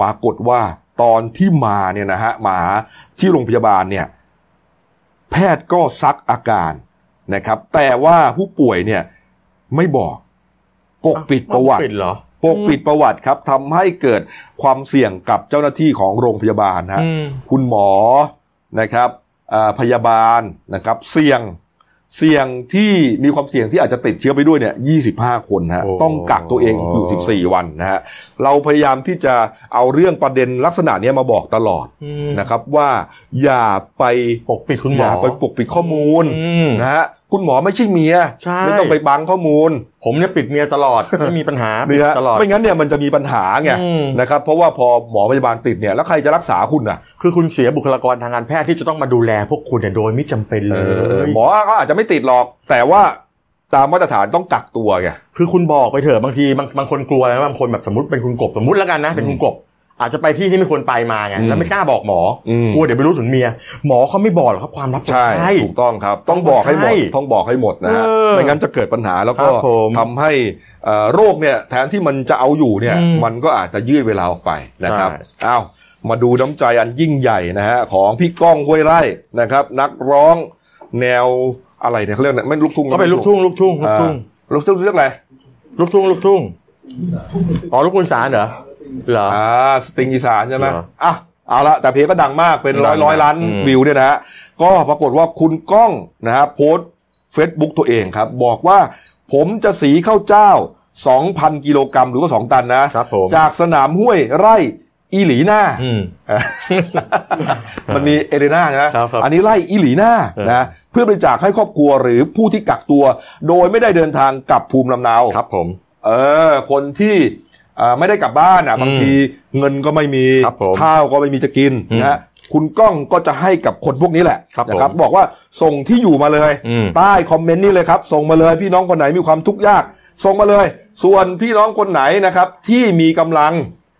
S1: ปรากฏว่าตอนที่มาเนี่ยนะฮะมาที่โรงพยาบาลเนี่ยแพทย์ก็ซักอาการนะครับ แต่ว่าผู้ป่วยเนี่ยไม่บอกปกปิดประวัติ
S2: ปิดเหรอ
S1: ปกปิดประวัติครับทำให้เกิดความเสี่ยงกับเจ้าหน้าที่ของโรงพยาบาลฮะ
S2: อืม
S1: คุณหมอนะครับอ่าพยาบาลนะครับ เสี่ยงเสี่ยงที่มีความเสี่ยงที่อาจจะติดเชื้อไปด้วยเนี่ย25 คนฮะ
S2: โอ้
S1: ต้องกักตัวเองอยู่ 14 วันนะฮะเราพยายามที่จะเอาเรื่องประเด็นลักษณะเนี้ยมาบอกตลอด
S2: อืม
S1: นะครับว่าอย่าไป
S2: ปกปิดคุณหมอย่
S1: อาไปปกปิดข้อมูล
S2: อืม
S1: นะฮะคุณหมอไม่ใช่เมีย
S2: ใช่
S1: ไม่ต้องไปบังข้อมูล
S2: ผมเนี่ยปิดเมียตลอด ไม่มีปัญหาปิ
S1: นี่
S2: ด
S1: ฮะ
S2: ตลอด
S1: ไม่งั้นเนี่ยมันจะมีปัญหาไง
S2: อืม
S1: นะครับเพราะว่าพอหมอพยาบาลติดเนี่ยแล้วใครจะรักษาคุณอ่ะ
S2: คือคุณเสียบุคลากรทางการแพทย์ที่จะต้องมาดูแลพวกคุณเนี่ยโดยไม่จำเป็นเล
S1: เออย หมอก็อาจจะไม่ติดหรอก แต่ว่าตามมาตรฐานต้องกักตัวไง
S2: คือคุณบอกไปเถอะบางทีบางบางคนกลัวนะบางคนแบบสมมติเป็นคุณกบสมมติแล้วกันนะเป็นคุณกบ อาจจะไปที่ที่ไม่ควรไปมาไง
S1: อืม
S2: แล้วไม่กล้าบอกหมอ
S1: อืม
S2: กลัวเดี๋ยวไปรู้ถึงเมีย หมอเขาไม่บอกหรอกครับความลับคน
S1: ใช่
S2: ไข้
S1: ถูกต้องครับ ต้องบอกให้หมด
S2: ใช่
S1: ต้องบอกให้หมดนะฮะ
S2: เออ
S1: ไม่งั้นจะเกิดปัญหาแล้วก็
S2: ครับผม
S1: ทำให้เอ่อโรคเนี่ยแทนที่มันจะเอาอยู่เนี่ย
S2: อืม
S1: มันก็อาจจะยืดเวลาออกไปนะครับ
S2: ใช่
S1: อ้าวมาดูน้ำใจอันยิ่งใหญ่นะฮะของพี่ก้องห้วยไร่นะครับ นักร้องแนวอะไรเนี่ยเขาเรียกอะไรไม่ลูกทุ่ง
S2: ก็เป็นลูกทุ่งลูกทุ่งลูกทุ่
S1: อ่
S2: ง
S1: าลูกทุ่งเรียกอะไร
S2: ลูกทุ่งลูกทุ่งอ๋อลูกคุณสารเหรอเหรอ
S1: อ่าสตริงอีสานใช่ไหม
S2: เหรอ
S1: อ่ะเอาละแต่เพลงก็ดังมากเป็นร้อยร้อยล้าน
S2: อืม
S1: วิวเนี่ยนะฮะก็ปรากฏว่าคุณก้องนะฮะโพสต์เฟซบุ๊กตัวเองครับ บอกว่าผมจะสีข้าวเจ้า 2,000 กิโลกรัมหรือว่า 2 ตันนะ
S2: ครับผม
S1: จากสนามห้วยไร่อีหลีหน้า
S2: อืม
S1: มันมีเอเดนานะครับ
S2: ครับ
S1: อันนี้ไล่อีหลีหน้า
S2: เออ
S1: นะเพื่อบริจาคให้ครอบครัวหรือผู้ที่กักตัว โดยไม่ได้เดินทางกลับภูมิลำเนา
S2: ครับผม
S1: เออคนที่อ่าไม่ได้กลับบ้านอ่ะบางทีเงินก็ไม่มี
S2: ครับผม
S1: ข้าวก็ไม่มีจะกิน
S2: อืม
S1: นะฮะคุณก้องก็จะให้กับคนพวกนี้แหละ
S2: ครับ
S1: นะครับ
S2: ผม
S1: บอกว่าส่งที่อยู่มาเลย
S2: อืม
S1: ใต้คอมเมนต์นี่เลยครับ ส่งมาเลยพี่น้องคนไหนมีความทุกข์ยาก ส่งมาเลย ส่วนพี่น้องคนไหนนะครับ ที่มีกำลัง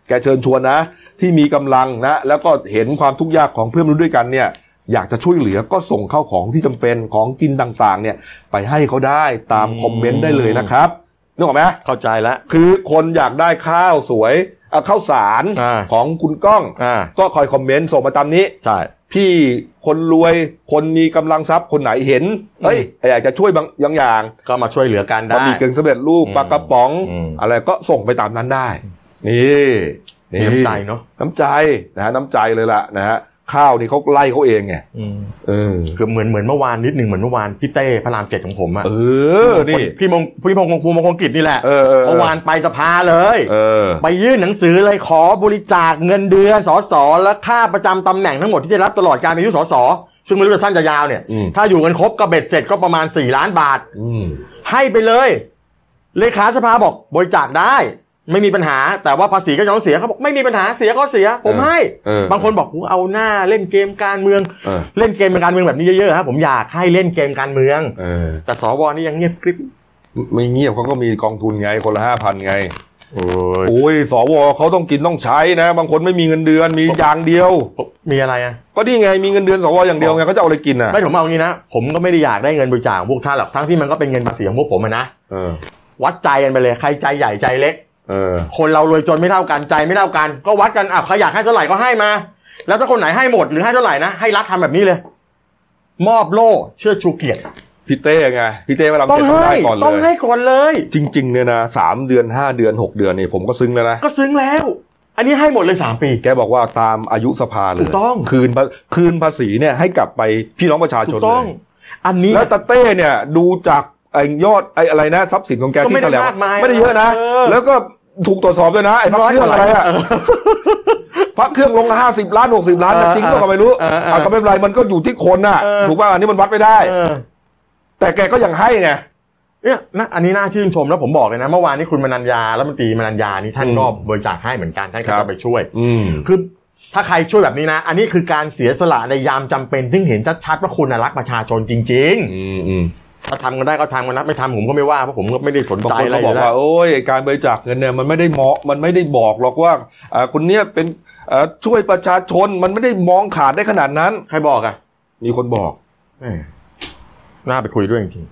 S1: แกเชิญชวนนะ ที่มีกำลังนะแล้วก็เห็นความทุกข์ยากของเพื่อนมนุษย์ด้วยกันเนี่ย อยากจะช่วยเหลือก็ส่งเข้าวของที่จำเป็นของกินต่างๆ เนี่ย ไปให้เขาได้ตามคอมเมนต์ได้เลยนะครับนึกออกไหม
S2: เข้าใจแล้ว
S1: คือคนอยากได้ข้าวสวยเอ่อข้าวสาร
S2: อ่า
S1: ของคุณก้อง
S2: อ่า
S1: ก็คอยคอมเมนต์ส่งมาตามนี้
S2: ใช่
S1: พี่คนรวยคนมีกำลังทรัพย์คนไหนเห็นเอ้ยอยากจะช่วยบางอย่างอย่าง
S2: ก็มาช่วยเหลือกันได้
S1: บะหมี่เกึ่งสำเร็จรูป
S2: อืม
S1: ปลากระป๋อง
S2: อืม
S1: อะไรก็ส่งไปตามนั้นได้ นี่
S2: มีน้ำใจเนาะ
S1: น้ำใจนะฮะน้ำใจเลยล่ะนะฮะข้าวนี่เขาไล่เขาเองไง
S2: อืม
S1: เออ
S2: คือเหมือนเหมือนเมื่อวานนิดหนึ่งเหมือนเมื่อวานพี่เต้พระรามเจ็ดของผมอะ
S1: เออนี่
S2: พี่มงพี่พงศ์ภูมิมงคลกิจนี่แหละ
S1: เออเออเออ
S2: เมื่อวานไปสภาเลย
S1: เออ
S2: ไปยื่นหนังสือเลยขอบริจาคเงินเดือนสสและค่าประจำตำแหน่งทั้งหมดที่ได้รับตลอดการเป็นอายุสสซึ่งไม่รู้จะสั้นจะยาวเนี่ย
S1: อืม
S2: ถ้าอยู่กันครบก็เบ็ดเสร็จก็ประมาณ 4 ล้านบาท
S1: อืม
S2: ให้ไปเลย เลขาสภาบอกบริจาคได้ ไม่มีปัญหา แต่ว่าภาษีก็ยังต้องเสียเขาบอกไม่มีปัญหาเสียก็เสีย ผมให้
S1: เออบ
S2: างคนบอกกูเอาหน้าเล่นเกมการเมือง
S1: เออ
S2: เล่นเกมการเมืองแบบนี้เยอะๆครับผมอยากให้เล่นเกมการเมือง
S1: เออ
S2: แต่สวนี่ยังเงียบกริบ
S1: ไม่เงียบเขาก็มีกองทุนไงคนละห้าพันไง
S2: โอ้ย
S1: โอ้ยสวเขาต้องกินต้องใช้นะ บางคนไม่มีเงินเดือนมีอย่างเดียว
S2: มีอะไรอ่ะ
S1: ก็นี่ไงมีเงินเดือนสวอย่างเดียวไงเขาจะเอาอะไรกินอ่ะ
S2: ไม่ผมเอางี้นะ ผมก็ไม่ได้อยากได้เงินบริจาคของพวกท่านหรอกทั้งที่มันก็เป็นเงินภาษีของพวกผมอะนะ
S1: เออ
S2: วัดใจกันไปเลยใครใจใหญ่ใจเล็ก
S1: เออ
S2: คนเรารวยจนไม่เท่ากันใจไม่เท่ากัน ก็วัดกันอ่ะใครอยากให้เท่าไหร่ก็ให้มา แล้วถ้าคนไหนให้หมดหรือให้เท่าไหร่นะให้รัฐทำแบบนี้เลย มอบโล่เชื่อชูเกียรติ
S1: พี่เต้ไงพี่เต้เวลา
S2: ต้อ
S1: เก็บ
S2: งให้
S1: ได้ก่อน
S2: ต้อง
S1: เล
S2: ให้
S1: ย
S2: ก่อนเลย
S1: จริง ๆ เนี่ยนะสามเดือนห้าเดือนหกเดือนนี่ผมก็ซึ้งแล้วนะ
S2: ก็ซึ้งแล้ว อันนี้ให้หมดเลยสามปี
S1: แกบอกว่าตามอายุสภาเลย
S2: ถูกต้อง
S1: คืนภาคืนภาษีเนี่ยให้กลับไปพี่น้องประชาช
S2: ถู
S1: น
S2: กต้อง
S1: เลย
S2: อันนี้
S1: แล้วตาเต้เนี่ยดูจากไอ้ยอดไอ้อะไรนะทรัพย์สินของแก
S2: ก็ไม่
S1: ที่
S2: ได้
S1: แถลง
S2: มากมาย
S1: ไม่ได้เยอะนะ
S2: เออ
S1: แล้วก็ถูกตรวจสอบด้วยนะไอ้พระเครื่องอะไรอะ
S2: เ
S1: พระเครื่องลงห้าสิบล้านหกสิบล้านนะ
S2: เออ
S1: จริงก็ก็ไม่รู้
S2: เออเออ
S1: เอาก็ไม่เป็นไรมันก็อยู่ที่คนน่ะ
S2: เออ
S1: ถูกป่ะอันนี้มันวัดไม่ได้
S2: เออ
S1: แต่แกก็ยังให้ไง
S2: เนี่ยนะอันนี้น่าชื่นชมแล้วผมบอกเลยนะ เมื่อวานนี้คุณมนัญญาแล้วมนตรีมนัญญานี่ท่าน
S1: อืม
S2: ก็บริจาคให้เหมือนกันท่าน
S1: ค
S2: ก็
S1: รับ
S2: จะไปช่วย
S1: อืม
S2: คือถ้าใครช่วยแบบนี้นะ อันนี้คือการเสียสละในยามจำเป็นซึ่งเห็นชัดๆว่าคุณน่ะรักประชาชนจริง
S1: อืมอืม
S2: ๆถ้าทำกันได้ก็ทำกันนะไม่ทำผมก็ไม่ว่าเพราะผมก็ไม่ได้สน
S1: บางค
S2: ใจ
S1: น
S2: อะไร
S1: เขาอ
S2: อบ
S1: ยู่ ก
S2: แล้ว
S1: ว่าโอ้ยไอ้การบริจาคเงินเนี่ยมันไม่ได้เหมาะมันไม่ได้บอกหรอกว่าอ่าคนเนี้ยเป็นอ่าช่วยประชาชนมันไม่ได้มองขาดได้ขนาดนั้น
S2: ใครบอกอ่ะ
S1: มีคนบอก
S2: แหมน่าไปคุยด้วยจริง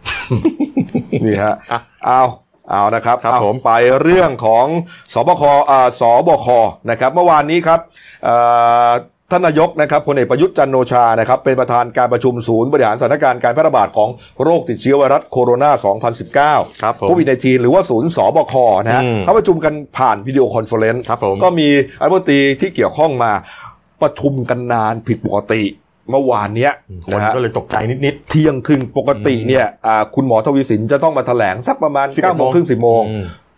S1: นี่ฮะ
S2: อ่ะ
S1: เอาเอานะครับ
S2: ครับ
S1: เอา
S2: ผม
S1: ไปเรื่องของสบคอ่าสบคนะครับเมื่อวานนี้ครับเอ่อท่านนายกนะครับพลเอกประยุทธ์จันทร์โอชานะครับเป็นประธานการประชุมศูนย์บริหารสถานการณ์การแพร่ระบาดของโรคติดเชื้อไวรัสโคโรนา 2019
S2: ครับผม
S1: โควิด1 9หรือว่าศูนย์สบคนะฮะ
S2: อืม
S1: เขาประชุมกันผ่านวิดีโอคอนเฟอเรนซ์
S2: ครับผม
S1: ก็มีรัฐมนตรีที่เกี่ยวข้องมาประชุมกันนานผิดปกติเมื่อวานเนี้ย
S2: คน
S1: นะฮะ
S2: ก็เลยตกใจนิด
S1: เที่ยงครึ่งปกติเนี่ยอ่าคุณหมอทวีสินจะต้องมาแถลงสักประมาณ
S2: 11
S1: 9ก้าโมงครึ่งสิบ
S2: ๆ
S1: โมง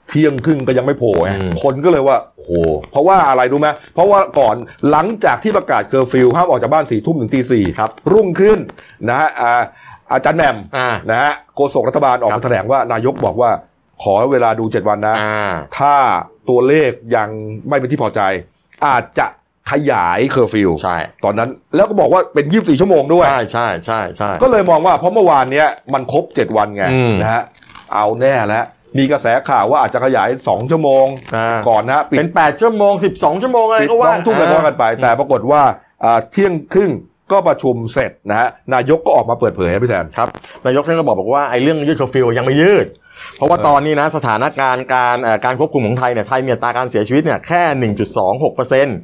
S1: เที่ยงครึ่งก็ยังไม่โผล่ไง
S2: อืม
S1: คนก็เลยว่าโอ้โหเพราะว่าอะไรรู้ไหมเพราะว่าก่อนหลังจากที่ประกาศเคอร์ฟิวห้ามออกจากบ้านสี่ทุ่มถึงตีสี่
S2: ครับ
S1: รุ่งขึ้นนะฮะอ่าอาจารย์แหม่ม
S2: อ่า
S1: นะฮะโฆษกรัฐบาลออก
S2: ครั
S1: มา
S2: บ
S1: แถลงว่านายกบอกว่า ขอเวลาดู 7 วันนะ
S2: อ่า
S1: ถ้าตัวเลขยังไม่เป็นที่พอใจ อาจจะขยายเคอร์ฟิว
S2: ใช่
S1: ตอนนั้นแล้วก็บอกว่าเป็น 24 ชั่วโมงด้วย
S2: ใช่ใช่ใช่ใช่
S1: ก็เลยมองว่าเพราะเมื่อวานเนี้ยมันครบ 7 วันไง
S2: อืม
S1: นะฮะเอาแน่แล้ว มีกระแสข่าวว่าอาจจะขยาย 2 ชั่วโมง
S2: อ่า
S1: ก่อนนะฮะปิด
S2: เป็น 8 ชั่วโมง 12 ชั่วโมงอะไร
S1: ปิด
S2: ก็
S1: ส
S2: ว่า
S1: องทุ่มแล้วก็ว่ากันไป แต่ปรากฏว่าอ่าเที่ยงครึ่งก็ประชุมเสร็จนะฮะนายกก็ออกมาเปิดเผยให้พี่แทน
S2: ครับนายกท่านก็บอกบอกว่าไอ้เรื่องยืดเคอร์ฟิวยังไม่ยืด เพราะว่า
S1: เออ
S2: ตอนนี้นะสถานการณ์การเอ่อการควบคุมของไทยเนี่ยไทยเนี่ยตราการเสียชีวิตเนี่ยแค่ 1.26%อ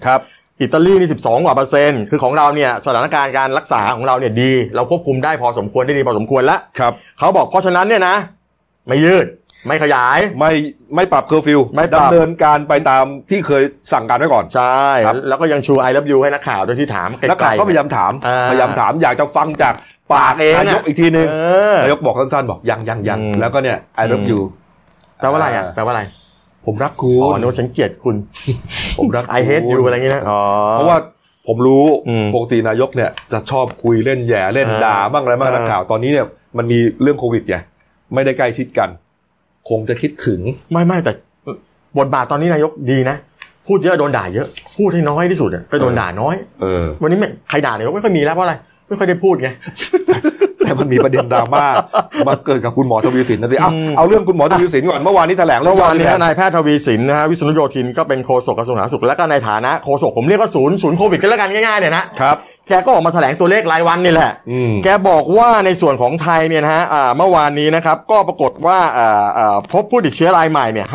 S1: ครับ
S2: ิตาลีนี่12 กว่าเปอร์เซ็นต์คือของเราเนี่ยสถานการณ์การรักษาของเราเนี่ยดี เราควบคุมได้พอสมควรได้ดีพอสมควรแล้ว
S1: ครับ
S2: เขาบอกเพราะฉะนั้นเนี่ยนะ ไม่ยืดไม่ขยาย
S1: ไม่ไม่ปรับเคอร์ฟิว
S2: ไม่ปรับ
S1: ดำเนินการไปตามที่เคยสั่งการไว้ก่อน
S2: ใช่
S1: ครับ
S2: แล้วก็ยังชูไอรับยูให้นักข่าวด้วยที่ถามไๆ
S1: นักข่าวก็พยายามถาม
S2: อ่า
S1: พยายามถามอยากจะฟังจากปาก
S2: เองอะ
S1: นายกอีกทีนึง
S2: เออ
S1: นายกบอกสั้นๆบอกยังยังยัง
S2: อืม
S1: แล้วก็เนี่ย I love
S2: อืม
S1: you
S2: แปลว่าอะไรอ่ะแปลว่าอะไร
S1: ผมรักคุ
S2: อ๋
S1: ณ
S2: อนึกว่าฉันเกลียดคุณ
S1: ผมรักคุณ
S2: I hate you อะไรอย่างเงี้ยนะอ๋อ
S1: เพราะว่าผมรู้
S2: อืม
S1: ปกตินายกเนี่ยจะชอบคุยเล่นแหย่เล่น
S2: อ่า
S1: ด่าบ้างอะไรบ้าง
S2: อ่า
S1: นักข่าวตอนนี้เนี่ยมันมีเรื่องโควิดไงไม่ได้ใกล้ชิดกัน คงจะคิดถึง
S2: ไม่ไม่แต่บทบาทตอนนี้นายกดีนะ พูดเยอะโดนด่าเยอะ พูดให้น้อยที่สุดอะก็โดน
S1: เออ
S2: ด่าน้อย
S1: เออ
S2: วันนี้ไม่ใครด่านายกไม่ค่อยมีแล้วเพราะอะไร ไม่ค่อยได้พูดไง
S1: แต่มันมีประเด็นดรา ม่ามาเกิดกับคุณหมอทวีสินนะสิเอา
S2: อืม
S1: เอาเรื่องคุณหมอทวีสินก่อนเมื่อวานนี้แถลง
S2: เมื่
S1: เรื่อ
S2: อง วาน
S1: นี้
S2: นี้
S1: แหละ
S2: นายแพทย์ทวีสินนะฮะวิษณุโยธินก็เป็นโฆษกกระทรวงสาธารณสุขและก็ในฐานะโฆษกผมเรียกว่าศูนย์ศูนย์โควิดกันแล้วกันง่ายๆเนี่ยนะครับ แกก็ออกมาแถลงตัวเลขรายวันนี่แหละ
S1: อืม
S2: แกบอกว่าในส่วนของไทยเนี่ยนะฮะอ่าเมื่อวานนี้นะครับก็ปรากฏว่าอ่าอ่าพบผู้ติดเชื้อรายใหม่เนี่ย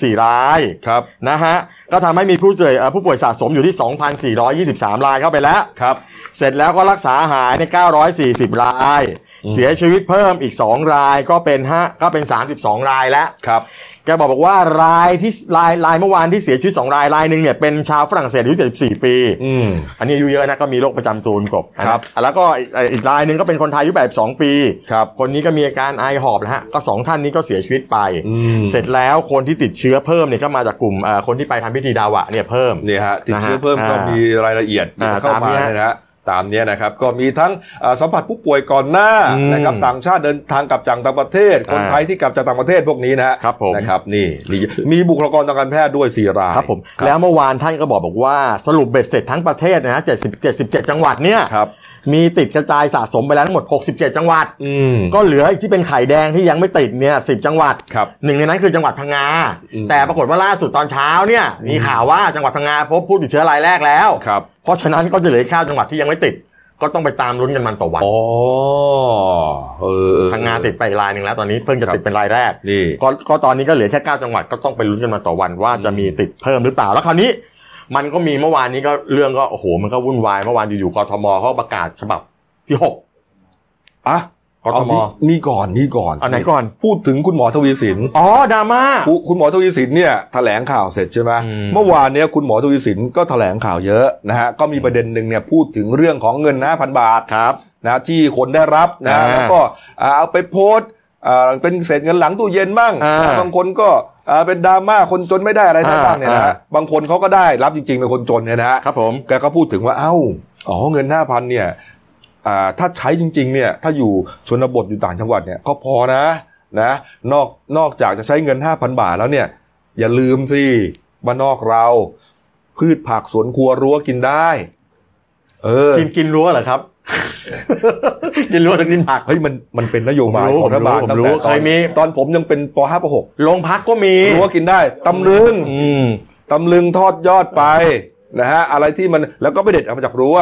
S2: 54 ราย
S1: ครับ
S2: นะฮะ ก็ทำให้มีผู้ป่วยเอ่อผู้ป่วยสะสมอยู่ที่ 2,423 รายเข้าไปแล้ว
S1: ครับ
S2: เสร็จแล้วก็รักษาหายใน 940 ราย
S1: อืม
S2: เสียชีวิตเพิ่มอีก 2 รายก็เป็นฮะก็เป็น 32 รายแล้ว
S1: ครับ
S2: แกบอกบอกว่ารายที่รายรายเมื่อวานที่เสียชีวิต 2 รายรายหนึ่งเนี่ยเป็นชาวฝรั่งเศสอายุ74 ปี
S1: อืม
S2: อันนี้อายุเยอะนะก็มีโรคประจำตัวเป็นกบ
S1: ครับ
S2: แล้วก็อีกอีกรายหนึ่งก็เป็นคนไทยอายุ82 ปี
S1: ครับ
S2: คนนี้ก็มีอาการไอหอบนะฮะก็สองท่านนี้ก็เสียชีวิตไป
S1: อืม
S2: เสร็จแล้วคนที่ติดเชื้อเพิ่มเนี่ยก็มาจากกลุ่มเอ่อคนที่ไปทำพิธีดาวะเนี่ยเพิ่ม
S1: นี่ฮะ ติดเชื้อ
S2: นะฮะ
S1: เพิ่มก็
S2: อ่ามี
S1: มีรายละเอียด
S2: อ่า
S1: เข้า
S2: ตาม
S1: มา
S2: นี้ฮะ
S1: เนี่ยนะฮะ ตามเนี้ยนะครับ ก็มีทั้งเอ่อสัมผัสผู้ป่วยก่อนหน้า
S2: อืม
S1: นะครับ ต่างชาติเดินทางกลับจากต่างประเทศ คน
S2: อ่า
S1: ไทยที่กลับจากต่างประเทศพวกนี้นะฮะ
S2: ครับผม
S1: นะครับ นี่มีมีบุคลากรทางการแพทย์ด้วยสี่ราย
S2: ครับผม
S1: แล้
S2: แล้ว วเมื่อวานท่านก็บอกบอกว่าสรุปเบ็ดเสร็จทั้งประเทศนะฮะ70 77 จังหวัดเนี่ย
S1: ครับ
S2: มีติดกระจายสะสมไปแล้วทั้งหมด 67 จังหวัด
S1: อืม
S2: ก็เหลืออีกที่เป็นไข่แดงที่ยังไม่ติดเนี่ย10 จังหวัด
S1: ครับ
S2: หนึ่งในนั้นคือจังหวัดพังงา
S1: อืม
S2: แต่ปรากฏว่าล่าสุดตอนเช้าเนี่ยมีข่าวว่าจังหวัดพังงาพบผู้ติดเชื้อรายแรกแล้ว
S1: ครับ
S2: เพราะฉะนั้นก็จะเหลือแค่จังหวัดที่ยังไม่ติด ก็ต้องไปตามลุ้นกันมันต่อวัน
S1: อ๋อ เออเออ
S2: พังงาติดไปอีกรายหนึ่งแล้วตอนนี้เพิ่งจะ
S1: ครับ
S2: ติดเป็นรายแรก
S1: นี่
S2: ก็ก็ตอนนี้ก็เหลือแค่ 9 จังหวัดก็ต้องไปลุ้นกันมาต่อวันว่าจะมีติดเพิ่มหรือเปล่า แล้วคราวนี้ มันก็มีเมื่อวานนี้ก็เรื่องก็โอ้โหมันก็วุ่นวายเมื่อวานอยู่ๆกทมเขาประกาศฉบับที่6ก
S1: อ่ะ
S2: กทม
S1: นี่นี่ก่อน นี่ก่อน
S2: เอาไหนก่อน
S1: พูดถึงคุณหมอทวีสิน
S2: อ๋อดราม่า
S1: คุณคุณหมอทวีสินเนี่ยแถลงข่าวเสร็จใช่ไหม
S2: อืม
S1: เมื่อวานเนี่ยคุณหมอทวีสินก็แถลงข่าวเยอะนะฮะก็มีประเด็นหนึ่งเนี่ยพูดถึงเรื่องของเงินห้าพันบาท
S2: ครับ
S1: นะที่คนได้รับนะ
S2: อ่า
S1: แล้วก็อ่าเอาไปโพสต์อ่าเป็นเศษเงินหลังตู้เย็นบ้าง
S2: อ่า
S1: บางคนก็อ่าเป็นดราม่าคนจนไม่ได้อะไรได้บ้างเนี่ยนะ
S2: อ่า
S1: ฮะบางคนเขาก็ได้รับจริงๆเป็นคนจนเนี่ยนะฮะ
S2: ครับผม
S1: แกก็พูดถึงว่าเอ้าอ๋อเงินห้าพันเนี่ยอ่าถ้าใช้จริง ๆเนี่ยถ้าอยู่ชนบทอยู่ต่างจังหวัดเนี่ยก็พอนะ นะนอกนอกจากจะใช้เงิน 5,000 บาทแล้วเนี่ย อย่าลืมสิบ้านนอกเรา พืชผักสวนครัวรั้วกินได้ เออ
S2: กินกินรั้วเหรอครับ กินรั้วหรือกินผัก
S1: เฮ้ยมันมันเป็นนโยบาย
S2: ผมรู้
S1: ของรัฐบาล
S2: ผมรู้
S1: ตั้งแต่
S2: ผมรู้
S1: ตอ
S2: เคน ยมี
S1: ตอนผมยังเป็นป .5 ป .6
S2: โรงพักก็มี
S1: รั้วกินได้ตำลึง
S2: อืม
S1: ตำลึงทอดยอดไปนะฮะอะไรที่มันแล้วก็ไปเด็ดเอามาจากรั้ว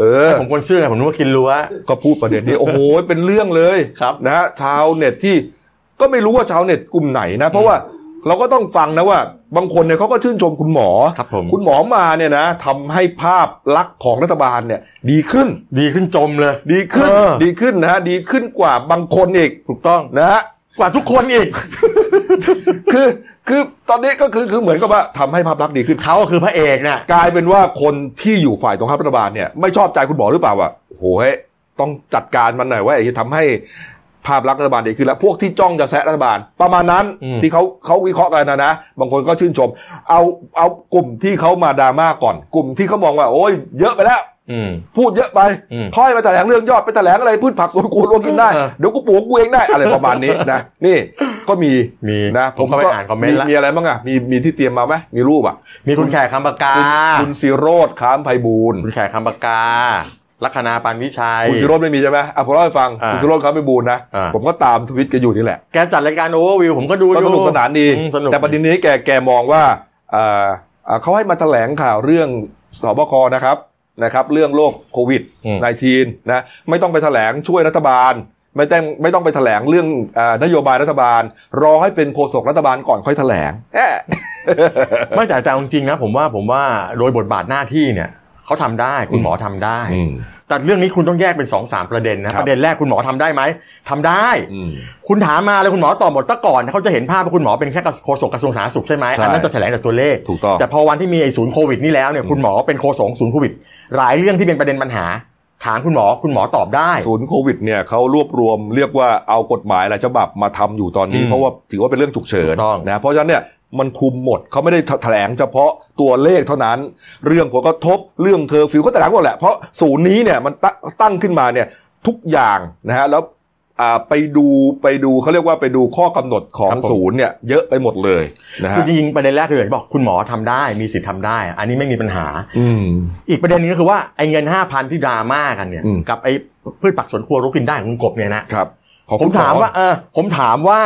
S1: เออ
S2: ผมคนซื่อไงผมนึกว่ากินรั้ว
S1: ก็พูดประเด็นนี้ โอ้โหเป็นเรื่องเลย
S2: ครับ
S1: นะฮะชาวเน็ตที่ก็ไม่รู้ว่าชาวเน็ตกลุ่มไหนนะ เพราะว่าเราก็ต้องฟังนะว่า บางคนเนี่ยเขาก็ชื่นชมคุณหมอ
S2: ครับผม
S1: ณหมอมาเนี่ยนะทำให้ภาพลักษณ์ของรัฐบาลเนี่ย ดีขึ้น
S2: ดีขึ้นจมเลย
S1: ดีขึ้น
S2: เออ
S1: ดีขึ้นนะฮะดีขึ้นกว่าบางคนอีก
S2: ถูกต้อง
S1: นะฮะ
S2: กว่าทุกคนอีก
S1: คือคือตอนนี้ก็คือคือเหมือนกับว่าทำให้ภาพลักษณ์ดีขึ้น
S2: เขาคือพระเอกน่ะ
S1: กลายเป็นว่าคนที่อยู่ฝ่ายตรงข้ามรัฐบาลเนี่ยไม่ชอบใจคุณหมอหรือเปล่าวะโอ้โหเฮ้ยต้องจัดการมันหน่อยเว่าไอ้ที่ทำให้ภาพลักษณ์รัฐบาลดีขึ้นแล้วพวกที่จ้องจะแซะรัฐบาล ประมาณนั้น
S2: อืม
S1: ที่เขาเขาวิเคราะห์กันนะนะ บางคนก็ชื่นชม เอาเอากลุ่มที่เขามาดราม่าก่อน กลุ่มที่เขามองว่า โอ้ยเยอะไปแล้ว
S2: อืม
S1: พูดเยอะไป
S2: อืม
S1: ค่อยมาแถลงเรื่องยอดไปแถลงอะไรพืชผักสวนครัวรวมกินได้
S2: เออ
S1: เดี๋ยวกูปลูกกูเองได้อะไรประมาณนี้นะ นี่ก็มี
S2: มี
S1: นะ
S2: ผมเข้าไปอ่านคอมเมนต์ละ
S1: มีอะไรบ้างอ่ะมีมีที่เตรียมมาไหมมีรูปอ่ะ
S2: มีคุณแขกคำปากกา
S1: คุณซีโรดค้ามไพบูลย์
S2: คุณแขกคำปากกา ลัคนาปานวิชัย
S1: คุณซีโรดไม่มีใช่ไหมอ่ะผมเล่าให้ฟัง
S2: อ่า
S1: คุณซีโรดค้ามไพบูลย์นะ
S2: อ่า
S1: ผมก็ตามทวิตแกอยู่นี่แหละ
S2: แกจัดรายการโอเวอร์วิวผมก็ดู
S1: ก็สนุก
S2: อยู่
S1: สนานดี
S2: อืมสนุก
S1: แต่ประเด็นนี้แกแกมองว่าอ่าอ่าเขาให้มาแถลงข่าวเรื่องสบคนะครับนะครับ เรื่องโรคโควิด
S2: อืม
S1: -19 นะไม่ต้องไปแถลงช่วยรัฐบาล ไม่ต้องไม่ต้องไปแถลงเรื่องอานโยบายรัฐบาล รอให้เป็นโฆษกรัฐบาลก่อนค่อยแถลงแอะ
S2: ไม่แต่แต่เอาจริงๆนะผมว่าผมว่าโดยบทบาทหน้าที่เนี่ยเขาทำได้คุณหมอทำได้
S1: อืม
S2: แต่เรื่องนี้คุณต้องแยกเป็นสองสามประเด็นนะครับ ประเด็นแรกคุณหมอทำได้ไหมทำได้
S1: อืม
S2: คุณถามมาเลยคุณหมอตอบหมดแตะก่อนเขาจะเห็นภาพว่าคุณหมอเป็นแค่โฆษกกระทรวงสาธารณสุขใช่ไหม
S1: ใช่
S2: อันนั้นจะแถลงแต่ตัวเลข
S1: ถูกต้อง
S2: แต่พอวันที่มีไอ้ศูนย์โควิดนี่แล้วเนี่ยคุณหมอเป็นโฆษกศูนย์โควิด หลายเรื่องที่เป็นประเด็นปัญหา ถามคุณหมอคุณหมอตอบได้
S1: ศูนย์โควิดเนี่ยเขารวบรวมเรียกว่าเอากฎหมายหลายฉบับมาทำอยู่ตอนนี้
S2: อืม
S1: เพราะว่าถือว่าเป็นเรื่องฉุกเฉิน
S2: ถูกต้อง
S1: นะเพราะฉะนั้นเนี่ยมันคุมหมดเขาไม่ได้แถลงเฉพาะตัวเลขเท่านั้น เรื่องผลกระทบเรื่องเคอร์ฟิวเขาแถลงหมดแหละเพราะศูนย์นี้เนี่ยมันตั้งตั้งขึ้นมาเนี่ยทุกอย่างนะฮะแล้วอ่าไปดูไปดูเขาเรียกว่าไปดูข้อกำหนดของศูนย์เนี่ยเยอะไปหมดเลยนะ
S2: คื
S1: ฮะ
S2: อจริงๆประเด็นแรกคืออย่างที่บอกคุณหมอทำได้มีสิทธิ์ทำได้ อันนี้ไม่มีปัญหา
S1: อืม
S2: อีกประเด็นหนึงก็คือว่าไอ้เงินห้าพันที่ดราม่ากันเนี่ย
S1: อืม
S2: กับไอ้พืชผักสวนครัวรู้กินได้ของคุณกบเนี่ยนะครับ
S1: ขอบ
S2: ผ
S1: คุ
S2: ม
S1: ณหอ
S2: ถามว่าเออผมถามว่า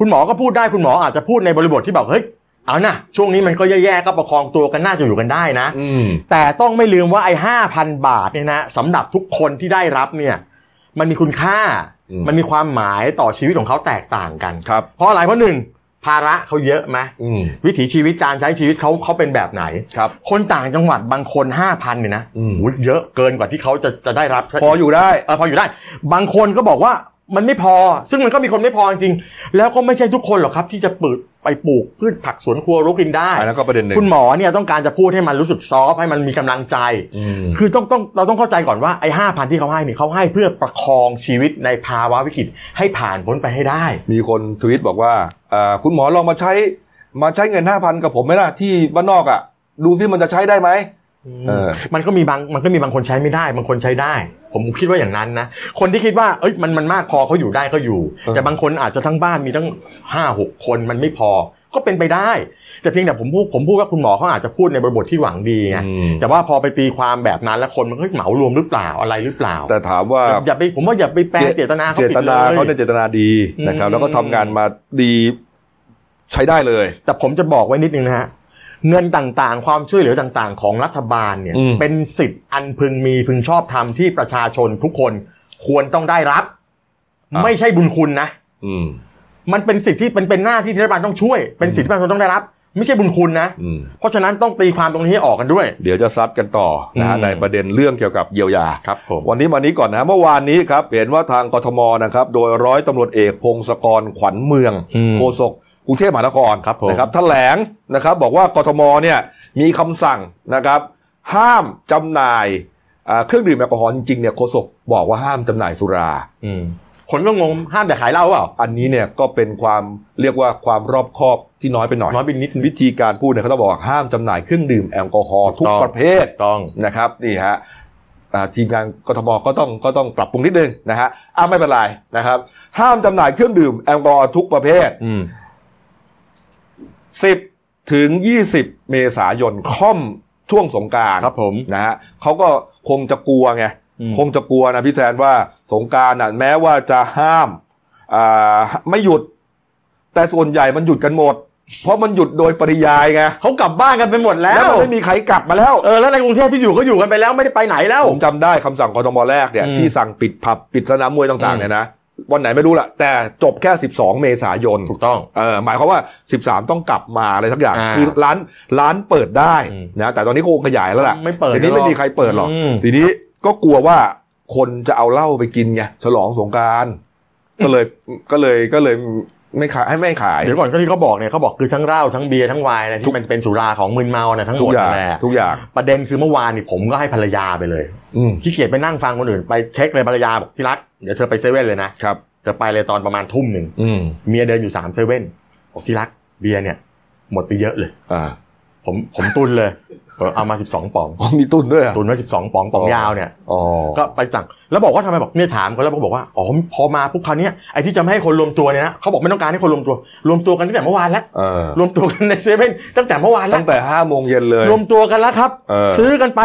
S2: คุณหมอก็พูดได้คุณหมออาจจะพูดในบริบทที่แบบเฮ้ยเอานะช่วงนี้มันก็แย่ๆก็ประคองตัวกันน่าจะอยู่กันได้นะ
S1: อืม
S2: แต่ต้องไม่ลืมว่าไอ้ห้าพันบาทเนี่ยนะสำหรับทุกคนที่ได้รับเนี่ย มันมีคุณค่า
S1: อืม
S2: มันมีความหมายต่อชีวิตของเขาแตกต่างกัน
S1: ครับ
S2: เพราะอะไรเพราะหนึ่งภาระเขาเยอะไหม
S1: อืม
S2: วิถีชีวิตการใช้ชีวิตเขาเขาเป็นแบบไหน
S1: ครับ
S2: คนต่างจังหวัดบางคนห้าพันเนี่ยนะ
S1: อืม
S2: โอ้ยเยอะเกินกว่าที่เขาจะจะได้รับ
S1: พออยู่ได้
S2: เออพออยู่ได้ บางคนก็บอกว่ามันไม่พอ ซึ่งมันก็มีคนไม่พอจริงๆแล้วก็ไม่ใช่ทุกคนหรอกครับที่จะปลูกไปปลูกพืชผักสวนครัวรู้กินได้
S1: อันนั้นก็ประเด็นหนึ่ง
S2: คุณหมอเนี่ยต้องการจะพูดให้มันรู้สึกซอฟต์ให้มันมีกำลังใจ
S1: อืม
S2: คือต้องต้องเราต้องเข้าใจก่อนว่าไอ้ห้าพันที่เขาให้เนี่ยเขาให้เพื่อประคองชีวิตในภาวะวิกฤตให้ผ่านพ้นไปให้ได้
S1: มีคนทวิตบอกว่าเอ่อคุณหมอลองมาใช้มาใช้เงินห้าพันกับผมไหมล่ะ ที่บ้านนอกอะ่ะ ดูซิมันจะใช้ได้ไหม เออ
S2: มันก็มีบางมันก็มีบางคนใช้ไม่ได้ บางคนใช้ได้ ผมคิดว่าอย่างนั้นนะ คนที่คิดว่าเอ้ยมันมันมากพอเขาอยู่ได้ก็อยู่
S1: เออ
S2: แต่บางคนอาจจะทั้งบ้านมีทั้งห้าหกคนมันไม่พอก็เป็นไปได้ แต่เพียงแต่ผมพูดผมพูดว่าคุณหมอเขาอาจจะพูดในบริบทที่หวังดีไงแต่ว่าพอไปตีความแบบนั้นแล้วคนมันก็เหมารวมหรือเปล่าอะไรหรือเปล่า
S1: แต่ถามว่า
S2: อย่าอย่าไปผมว่าอย่าไปแปลเจตนาเขา
S1: เจ
S2: ผิด
S1: ต
S2: เล
S1: นาเขา
S2: ย
S1: เนี่ยเจตนาดีนะครับ
S2: อืม
S1: แล้วก็ทำงานมาดีใช้ได้เลย
S2: แต่ผมจะบอกไว้นิดนึงนะฮะเงินต่างๆ ความช่วยเหลือต่างๆ ของรัฐบาลเนี่ย
S1: อืม
S2: เป็นสิทธิ์อันพึงมีพึงชอบธรรมที่ประชาชนทุกคนควรต้องได้รับ ไม่ใช่บุญคุณนะ
S1: อืม
S2: มันเป็นสิทธิ์ที่มันเป็นหน้าที่ที่รัฐบาลต้องช่วย เป็นสิทธิที่ประชาชนต้องได้รับ ไม่ใช่บุญคุณนะ
S1: อืม
S2: เพราะฉะนั้นต้องตีความตรงนี้ให้ออกกันด้วย
S1: เดี๋ยวจะซัดกันต่อนะฮะ
S2: อืม
S1: ในประเด็นเรื่องเกี่ยวกับเยียวยา
S2: ครับผม
S1: วันนี้มานี้ก่อนนะฮะเมื่อวานนี้ครับ เห็นว่าทางกทมนะครับ โดยร้อยตำรวจเอกพงศกรขวัญเมือง
S2: อืม
S1: โฆษกกรุงเทพมหานคร
S2: ครับผม
S1: นะครับแถลงนะครับบอกว่ากทมเนี่ยมีคำสั่งนะครับ ห้ามจำหน่ายอ่าเครื่องดื่มแอลกอฮอล์จริงๆเนี่ยโฆษกบอกว่าห้ามจำหน่ายสุรา
S2: อืมคนก็งงห้ามแต่ขายเหล้าเปล่า
S1: อันนี้เนี่ยก็เป็นความเรียกว่าความรอบคอบที่น้อยไปหน่อย
S2: น้อยไปนิดนึง
S1: วิธีการพูดเนี่ยเขาต้องบอกว่าห้ามจำหน่ายเครื่องดื่มแอลกอฮอล์ทุก
S2: ถูกต้อง
S1: ประเภท
S2: ต้อง
S1: นะครับนี่ฮะอ่าทีมงานกทมก็ต้องก็ต้องปรับปรุงนิดนึงนะฮะอ้าไม่เป็นไรนะครับ ห้ามจำหน่ายเครื่องดื่มแอลกอฮอล์ทุกประเภท
S2: อืม
S1: 10 ถึง 20 เมษายนค่อมช่วงสงกราร
S2: ครับผม
S1: นะฮะเขาก็คงจะกลัวไง
S2: อืม
S1: คงจะกลัวนะพี่แซนว่าสงกรารน่ะแม้ว่าจะห้ามอ่าไม่หยุด แต่ส่วนใหญ่มันหยุดกันหมด เพราะมันหยุดโดยปริยายไง
S2: เขากลับบ้านกันไปหมดแล้
S1: แล้ว
S2: ว
S1: มันไม่มีใครกลับมาแล้ว
S2: เออแล้วในกรุงเทพที่อยู่ก็อยู่กันไปแล้วไม่ได้ไปไหนแล้ว
S1: ผมจำได้คำสั่งกทมแรกเนี่ย
S2: อืม
S1: ที่สั่งปิดผับปิดสนามมวยต่างๆ
S2: อืม
S1: เนี่ยนะวันไหนไม่รู้ละแต่จบแค่ 12 เมษายน
S2: ถูกต้อง
S1: เออหมายความว่า 13 ต้องกลับมาอะไรทักอย่าง
S2: อ่า
S1: คือร้านร้านเปิดได้
S2: อืม
S1: นะแต่ตอนนี้คงขยายแล้วล่ะ
S2: ไม่เปิด
S1: ทีนี้ไม่มีใครเปิดหรอก
S2: ม
S1: ทีนี้ก็กลัวว่าคนจะเอาเหล้าไปกินไงฉลองสงกรารก็เลยก็เลยก็เลยไม่ขายให้ไม่ขาย
S2: เดี๋ยวก่อนก็ที่เขาบอกเนี่ยเขาบอกคือทั้งเหล้าทั้งเบียร์ทั้งไวน์นะที่มันเป็นสุราของมึนเมาเนี่ยทั้งห
S1: ทุ
S2: ม
S1: ก
S2: ด
S1: อย่าง
S2: นั่นแหละ
S1: ทุกอย่าง
S2: ประเด็นคือเมื่อวานนี่ผมก็ให้ภรรยาไปเลย
S1: อืม
S2: ขี้เกียจไปนั่งฟังคนอื่นไปเช็คเลยภรรยาบอกที่รักเดี๋ยวเธอไปเซเว่นเลยนะครับ เธอไปเลยตอนประมาณทุ่มหนึ่ง
S1: อืม
S2: เมียเดินอยู่สามเซเว่นบอกที่รักเบียร์เนี่ย หมดไปเยอะเลย
S1: อ่า
S2: ผมผมตุนเลยผมเอามาสิบสองป๋อง
S1: อ๋อมีตุ้นด้วยเหรอ
S2: ตุนไว้สิบสองป๋องป๋องยาวเนี่ย
S1: อ๋อ
S2: ก็ไปสั่งแล้วบอกว่าทำไมบอกเนี่ยถามเขาแล้วเขาบอกว่าอ๋อพอมาปุ๊บคราวเนี้ยไอ้ที่จะไม่ให้คนรวมตัวเนี่ยนะเขาบอกไม่ต้องการให้คนรวมตัว รวมตัวกันตั้งแต่เมื่อวานแล้ว
S1: เออ
S2: รวมตัวกันในเซเว่นตั้งแต่เมื่อวานแล้ว
S1: ตั้งแต่ห้าโมงเย็นเลย
S2: รวมตัวกันแล้วครับ
S1: เออ
S2: ซื้อกันไป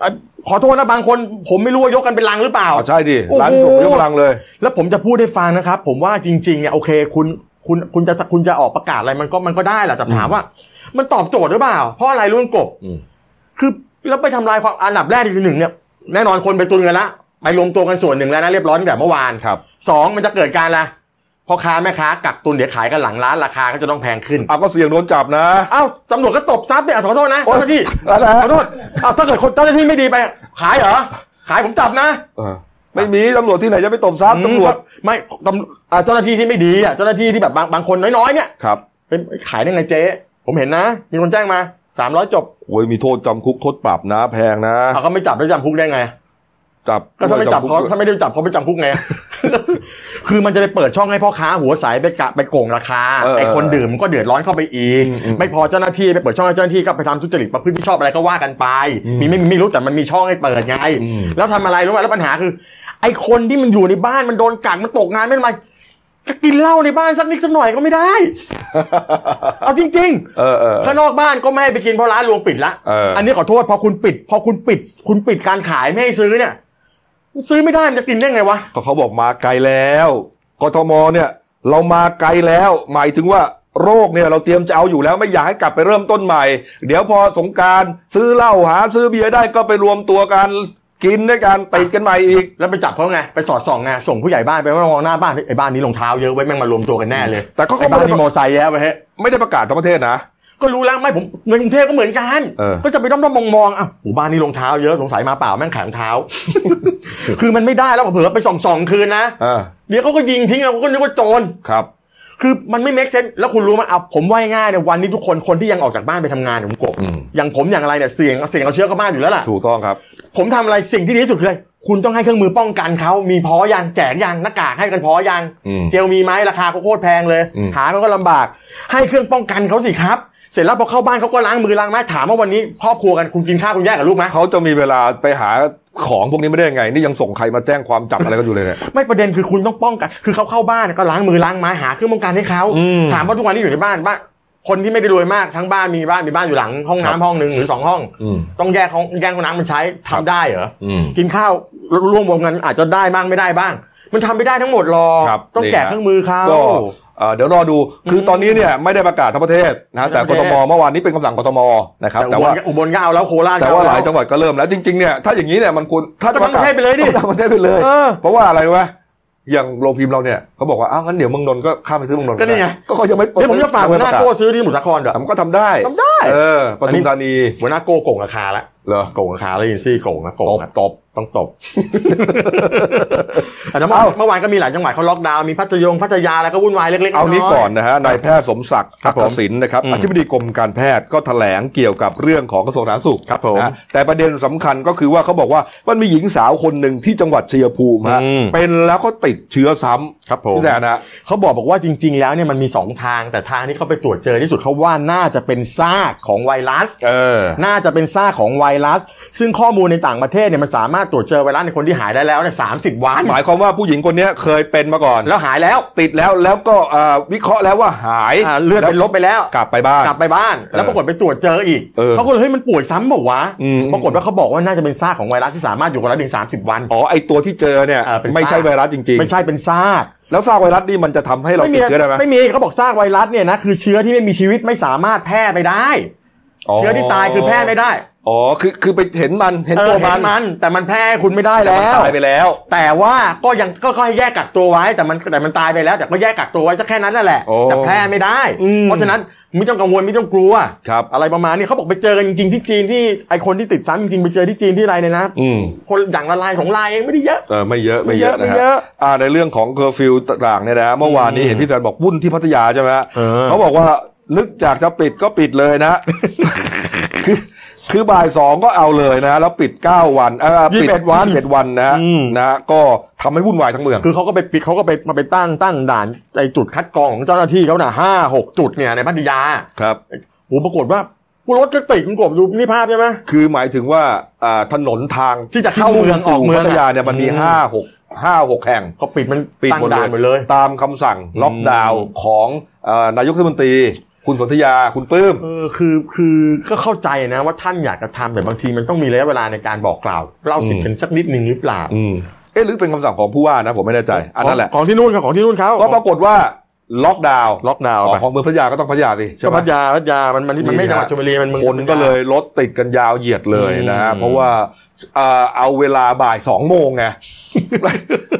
S2: เอ่อขอโทษนะบางคน ผมไม่รู้ว่ายกกันเป็นลังหรือเปล่า
S1: อ๋อใช่ดิ
S2: โอ้โห
S1: ร้านส่งยกกำลังเลย
S2: แล้วผมจะพูดให้ฟังนะครับ ผมว่าจริงๆเนี่ยโอเคคุณคุณคุณจะคุณจะออกประกาศอะไรมันก็มันก็ได้แหละแต่ถาม
S1: อืม
S2: ว่า มันตอบโจทย์หรือเปล่า เพราะอะไรรุ่นกบ
S1: อืม
S2: คือแล้วไปทำลายความอันดับแรกคือหนึ่งเนี่ยแน่นอนคนไปตุนกันละไปรวมตัวกันส่วนหนึ่งแล้วนะเรียบร้อยตั้งแต่เมื่อวาน
S1: ครับ
S2: สองมันจะเกิดการละพ่อค้าแม่ค้ากักตุนเดี๋ยวขายกันหลังร้านราคาก็จะต้องแพงขึ้น
S1: เอาก็เสี่ยงโดนจับนะ
S2: อ้าวตำรวจก็ตบซับเนี่ยขอโทษนะเจ้าหน้าที่
S1: อะไร
S2: ขอโทษอ้าวถ้าเกิดคนเจ้าหน้าที่ไม่ดีไป ขายเหรอขายผมจับนะ
S1: ไม่มีตำรวจที่ไหนจะไปตบทรัพย์ตำรวจ
S2: อืมไม่ตำอ่าเจ้าหน้าที่ที่ไม่ดีอ่ะเจ้าหน้าที่ที่แบบบางบางคนน้อยๆเนี่ย
S1: ครับ
S2: เป็นขายได้ไงเจ๊ผมเห็นนะ มีคนแจ้งมาสามร้อยจบ
S1: โอ้ยมีโทษจำคุกโทษปรับนะ แพงนะ
S2: เขาก็ไม่จับแล้วจำคุกได้ไง
S1: จับ
S2: ก็ถ้าไม่จับเขา
S1: คุก
S2: ถ้าไม่ได้จับเขาไปจำคุกไง คือมันจะไปเปิดช่องให้พ่อค้าหัวใสไปกะไปโกงราคาไอ้คนดื่มมันก็เดือดร้อนเข้าไปอีกไม่พอเจ้าหน้าที่ไปเปิดช่องให้เจ้าหน้าที่ก็ไปทำทุจริตประพฤติมิชอบอะไรก็ว่ากันไป มีไม่มีไม่รู้แต่มันมีช่องให้เปิดไง
S1: อืม
S2: แล้วทำอะไรรู้ไหมแล้วปัญหาคือ ไอ้คนที่มันอยู่ในบ้านมันโดนกักมันตกงานไม่เป็นไรจะกินเหล้าในบ้านสักนิดสักหน่อยก็ไม่ ได้ เอาจริง
S1: เออเออ
S2: ๆข้างนอกบ้านก็ไม่ให้ไปกินเพราะร้านรวงปิดละ
S1: เออ
S2: อันนี้ขอโทษพอคุณปิด พอคุณปิด คุณปิดการขายไม่ให้ซื้อเนี่ย ซื้อไม่ได้มันจะกินได้ไงวะ
S1: ก็เขาบอกมาไกลแล้วกทมเนี่ย เรามาไกลแล้ว หมายถึงว่าโรคเนี่ยเราเตรียมจะเอาอยู่แล้วไม่อยากให้กลับไปเริ่มต้นใหม่ เดี๋ยวพอสงกรารซื้อเหล้าหา ซื้อเบียร์ได้ก็ไปรวมตัวกันกินด้วยกันติดกันใหม่อีก
S2: แล้วไปจับเขาไงไปสอดส่องไงส่งผู้ใหญ่บ้านไปว่ามองหน้าบ้านไอ้บ้านนี้รองเท้าเยอะไว้ยแม่งมารวมตัวกันแน่เลย
S1: แต่ก็
S2: ไอ้
S1: เขาไม่
S2: บ้าน
S1: ได้
S2: นี้มอไซค์แย่ไว้ยเฮ้ย
S1: ไม่ได้ประกาศทั้งประเทศนะ
S2: ก็รู้แล้วไม่ผมในกรุงเทพก็เหมือนกัน
S1: เออ
S2: ก็จะไปด้อมๆมองมองๆอ่ะหมู่บ้านนี้รองเท้าเยอะสงสัยมาเปล่าแม่งขายรองเท้า คือมันไม่ได้แล้วเผื่อไปส่องส่องๆคืนนะ
S1: อ่า
S2: เดี๋ยวเขาก็ยิงทิ้งเราก็นึกว่าโจร
S1: ครับ
S2: คือมันไม่ make sense แล้วคุณรู้ไหมเอาผมว่าง่ายๆเนี่ยวันนี้ทุกคนคนที่ยังออกจากบ้านไปทำงานเนี่ยผมโกรธ
S1: อืม
S2: อย่างผมอย่างอะไรเนี่ยเสี่ยงเสี่ยงเอาเชื้อเข้าบ้านอยู่แล้วล่ะ
S1: ถูกต้องครับ
S2: ผมทำอะไรสิ่งที่ดีที่สุดคืออะไรคุณต้องให้เครื่องมือป้องกันเขามีพอยังแจกยังหน้ากากให้กันพอยัง
S1: อืม
S2: เจลมีไหมราคาก็โคตรแพงเลย
S1: อืม
S2: หาเขาก็ลำบาก ให้เครื่องป้องกันเขาสิครับ เสร็จแล้วพอเข้าบ้านเขาก็ล้างมือล้างไม้ถามว่าวันนี้ครอบครัวกันคุณกินข้าวคุณแยกกับลูกไหม
S1: เขาจะมีเวลาไปหาของพวกนี้ไม่ได้ยังไง นี่ยังส่งใครมาแจ้งความจับอะไรกันอยู่เลยเนี่ย
S2: ไม่ประเด็นคือคุณต้องป้องกัน คือเขาเข้าบ้านก็ล้างมือล้างไม้หาเครื่องป้องกันให้เขา
S1: อืม
S2: ถามว่าทุกวันนี้อยู่ในบ้านบ้านคนที่ไม่ได้รวยมากทั้งบ้านมีบ้านมีบ้านอยู่หลังห้อง
S1: ครับ
S2: น้ำห้องหนึ่งหรือสองห้อง
S1: อืม
S2: ต้องแยกห้องแยกห้องน้ำมันใช้
S1: ครั
S2: ทำ
S1: บ
S2: ได้เหรอ
S1: อืม
S2: กินข้าวร่วมวงกันอาจจะได้บ้างไม่ได้บ้าง มันทำไม่ได้ทั้งหมดหรอก
S1: ครับ
S2: ต้อง
S1: นี่
S2: แจก
S1: ฮะ
S2: เครื่องมือเขา
S1: ก็เอ่อเดี๋ยวรอดู คือตอนนี้เนี่ยไม่ได้ประกาศทั้งประเทศนะแต่
S2: ทั้ง
S1: ก
S2: ประ
S1: ท
S2: เทศ
S1: มเมื่อวานนี้เป็นคำสั่งกทมนะครับ แต่ว่า
S2: อุบลก็เอาแล้วโคราช
S1: แต่ว่าหลายจัง
S2: หวัด
S1: หวัดก็เริ่มแล้วจริงๆเนี่ยถ้าอย่างนี้เนี่ยมันควรถ้าจ
S2: ก็ทั้งประเทศไปเลยดิ
S1: ก็ทั้งประเทศไปเลย
S2: เออ
S1: เพราะว่าอะไรรู้ไหมอย่างโรงพิมพ์เราเนี่ยเขาบอกว่าอ้าวงั้นเดี๋ยวเมืองนนท์ก็ข้ามไปซื้อเมืองนนท์
S2: ก็นี่ไง
S1: ก็เขายังไม่
S2: เดี๋ยวผมจะฝากหัวหน้าโก้ซื้อที่สมุทรสาครเด้อ
S1: แต่มันก็ทำได้
S2: ทำได้
S1: เออปทุมธานี
S2: หัวหน้าโก้โกงราคาละ
S1: เหรอ
S2: โกงราคาแล้วยินซี่โกงนะโก
S1: ต
S2: ง
S1: บ
S2: นะ
S1: ตบ
S2: ต้องตบ แต่เมื่อวานเมื่อวานก็มีหลายจังหวัดเขาล็อกดาวน์มีพัทยงพัทยาแล้วก็วุ่นวายเล็กๆ
S1: เอานี้
S2: ยๆ
S1: ก่อนนะฮะนายแพทย์สมศักดิ์
S2: ครับผม
S1: อักษิณนะครับ
S2: อืม
S1: อธิบดีกรมการแพทย์ก็แถลงเกี่ยวกับเรื่องของกระทรวงสาธารณสุข
S2: ครับผม
S1: นะแต่ประเด็นสำคัญก็คือว่าเขาบอกว่ามันมีหญิงสาวคนหนึ่งที่จังหวัดชัยภูมิฮะ
S2: อืม
S1: เป็นแล้วก็ติดเชื้อซ้ำ
S2: ครับผม
S1: พี่แซนนะ
S2: เขาบอกบอกว่าจริง ๆ แล้วเนี่ยมันมีสองทางแต่ทางที่เขาไปตรวจเจอที่สุดเขาว่าน่าจะเป็นซากของไวรัส
S1: เออ
S2: น่าจะเป็นซากของไวรัส ซึ่งข้อมูลในต่างประเทศเนี่ยมันสามารถตรวจเจอไวรัสในคนที่หายได้แล้วเนี่ยสาวัน
S1: หมายความว่าผู้หญิงคนเนี้ยเคยเป็นมาก่อน
S2: แล้วหายแล้ว
S1: ติดแล้วแล้วก็เอ่อวิเคราะห์แล้วว่าหาย
S2: อ่าเลือดเป็นลบไปแล้ว
S1: กลับไปบ้าน
S2: กลับไปบ้าน แล้วปรากฏไปตรวจเจออีก
S1: เออ
S2: เขาก็เลยเฮ้ยมันป่วยซ้ำเปล่าวะ
S1: อืม
S2: ปรากฏว่าเขาบอกว่าน่าจะเป็นซากของไวรัสที่สามารถอยู่กับเราถึงสามสิบวัน
S1: อ๋อไอตัวที่เจอเนี่ย
S2: เออเป็น
S1: ไม่ใช่
S2: ซาก
S1: ไวรัสจริง
S2: ไม่ใช่เป็นซาก
S1: แล้วซากไวรัสนี่มันจะทำให้เราติดเชื้อได้ไหม
S2: ไม่มีเขาบอกซากไวรัสเนี่ยนะคือเชื้อที่ไม่มีชีวิตไม่สามารถแพร่ไปได้ เชื้อที่ตายคือแพร่ไม่ได้
S1: อ๋อคือคือไปเห็นมันเห็น
S2: เอ
S1: ตั
S2: อ
S1: ว
S2: เห็
S1: มัน
S2: นมัน แต่มันแพร่ให้คุณไม่ได้
S1: แต่
S2: แล้
S1: มัน
S2: ว
S1: ตายไปแล้ว
S2: แต่ว่าก็ยังก็ก็ให้แยกกักตัวไว้แต่มันแต่มันตายไปแล้ว แต่ก็แยกกักตัวไว้สักแค่นั้นนั่นแหละ
S1: โอ้
S2: แต่แพร่ไม่ได้
S1: อืม
S2: เพราะฉะนั้นไม่ต้องกังวลไม่ต้องกลัว
S1: ครับ
S2: อะไรประมาณนี้เขาบอกไปเจอกันจริงๆที่จีนที่ไอคนที่ติดซ้ำจริงๆไปเจอที่จีนที่ไรเนี่ยนะ
S1: อืม
S2: คนอย่างละลายสองลายเองไม่ได้เยอะ
S1: เออไม่เยอะไม่เยอะ
S2: ไม่
S1: นะ
S2: เย
S1: ฮะ
S2: อะ
S1: อ่าในเรื่องของเคอร์ฟิวต่างๆเนี่ยนะฮะเมื่อวานนี้เห็นพี่แซนบอกวุ่นที่พัทยาใช่ไหมฮะ
S2: เออ
S1: เขาบอกว่านึกจากจะปิดก็ปิดเลยนะ คือคือบ่ายสองก็เอาเลยนะ แล้วปิดเก้าวันเออปิด
S2: 21วัน
S1: เจ็ดวันนะฮะ
S2: อืม
S1: นะฮะก็ทำให้วุ่นวายทั้งเมือง
S2: คือเขาก็ไปปิดเขาก็ไปมาไปตั้งตั้งด่านไอจุดคัดกรองของเจ้าหน้าที่เขาน่ะห้าหกจุดเนี่ยในพัทยา
S1: ครับ
S2: โหปรากฏว่าผู้รถก็ติดคุณกบดูนี่ภาพใช่ไหม
S1: คือหมายถึงว่าอ่าถนนทาง
S2: ที่จะเข้าเมืองออกเมือง
S1: พั
S2: อะ
S1: ทยาเนี่ยมันมี
S2: อืม
S1: ห้าหกห้าหกแห่ง
S2: เขาปิดมัน
S1: ปิด
S2: ตั้ง
S1: หมดเลย
S2: ด่านหมดเลย
S1: ตามคำสั่งล็อกดาวน์ของเอ่อนายกรัฐมนตรี คุณสนธยาคุณปลื้ม
S2: เออคือคือก็เข้าใจนะว่าท่านอยากจะทำแต่บางทีมันต้องมีระยะเวลาในการบอกกล่าวเล่าสิทธิ์กันสักนิดนึงหรือเปล่า
S1: อืมเอ๊ะหรือเป็นคำสั่งของผู้ว่านะ ผมไม่แน่ใจ อันนั้นแหละ
S2: ของของที่นู่นครับของที่นู่นเขา
S1: ก็ปรากฏว่าล็อกดาวน์
S2: ล็อกดาวน์
S1: อ๋อ
S2: ไป
S1: ของเมืองพัทยาก็ต้องพัทยาสิใช่
S2: ก็
S1: ไหม
S2: พัทยาพัทยามันมันมันไม่จังหวัดชลบุรีมันเมือง
S1: คนก็เลยรถติดกันยาวเหยียดเลยนะฮะ
S2: อืม
S1: เพราะว่าเอ่อเอาเวลาบ่ายสองโมง ไง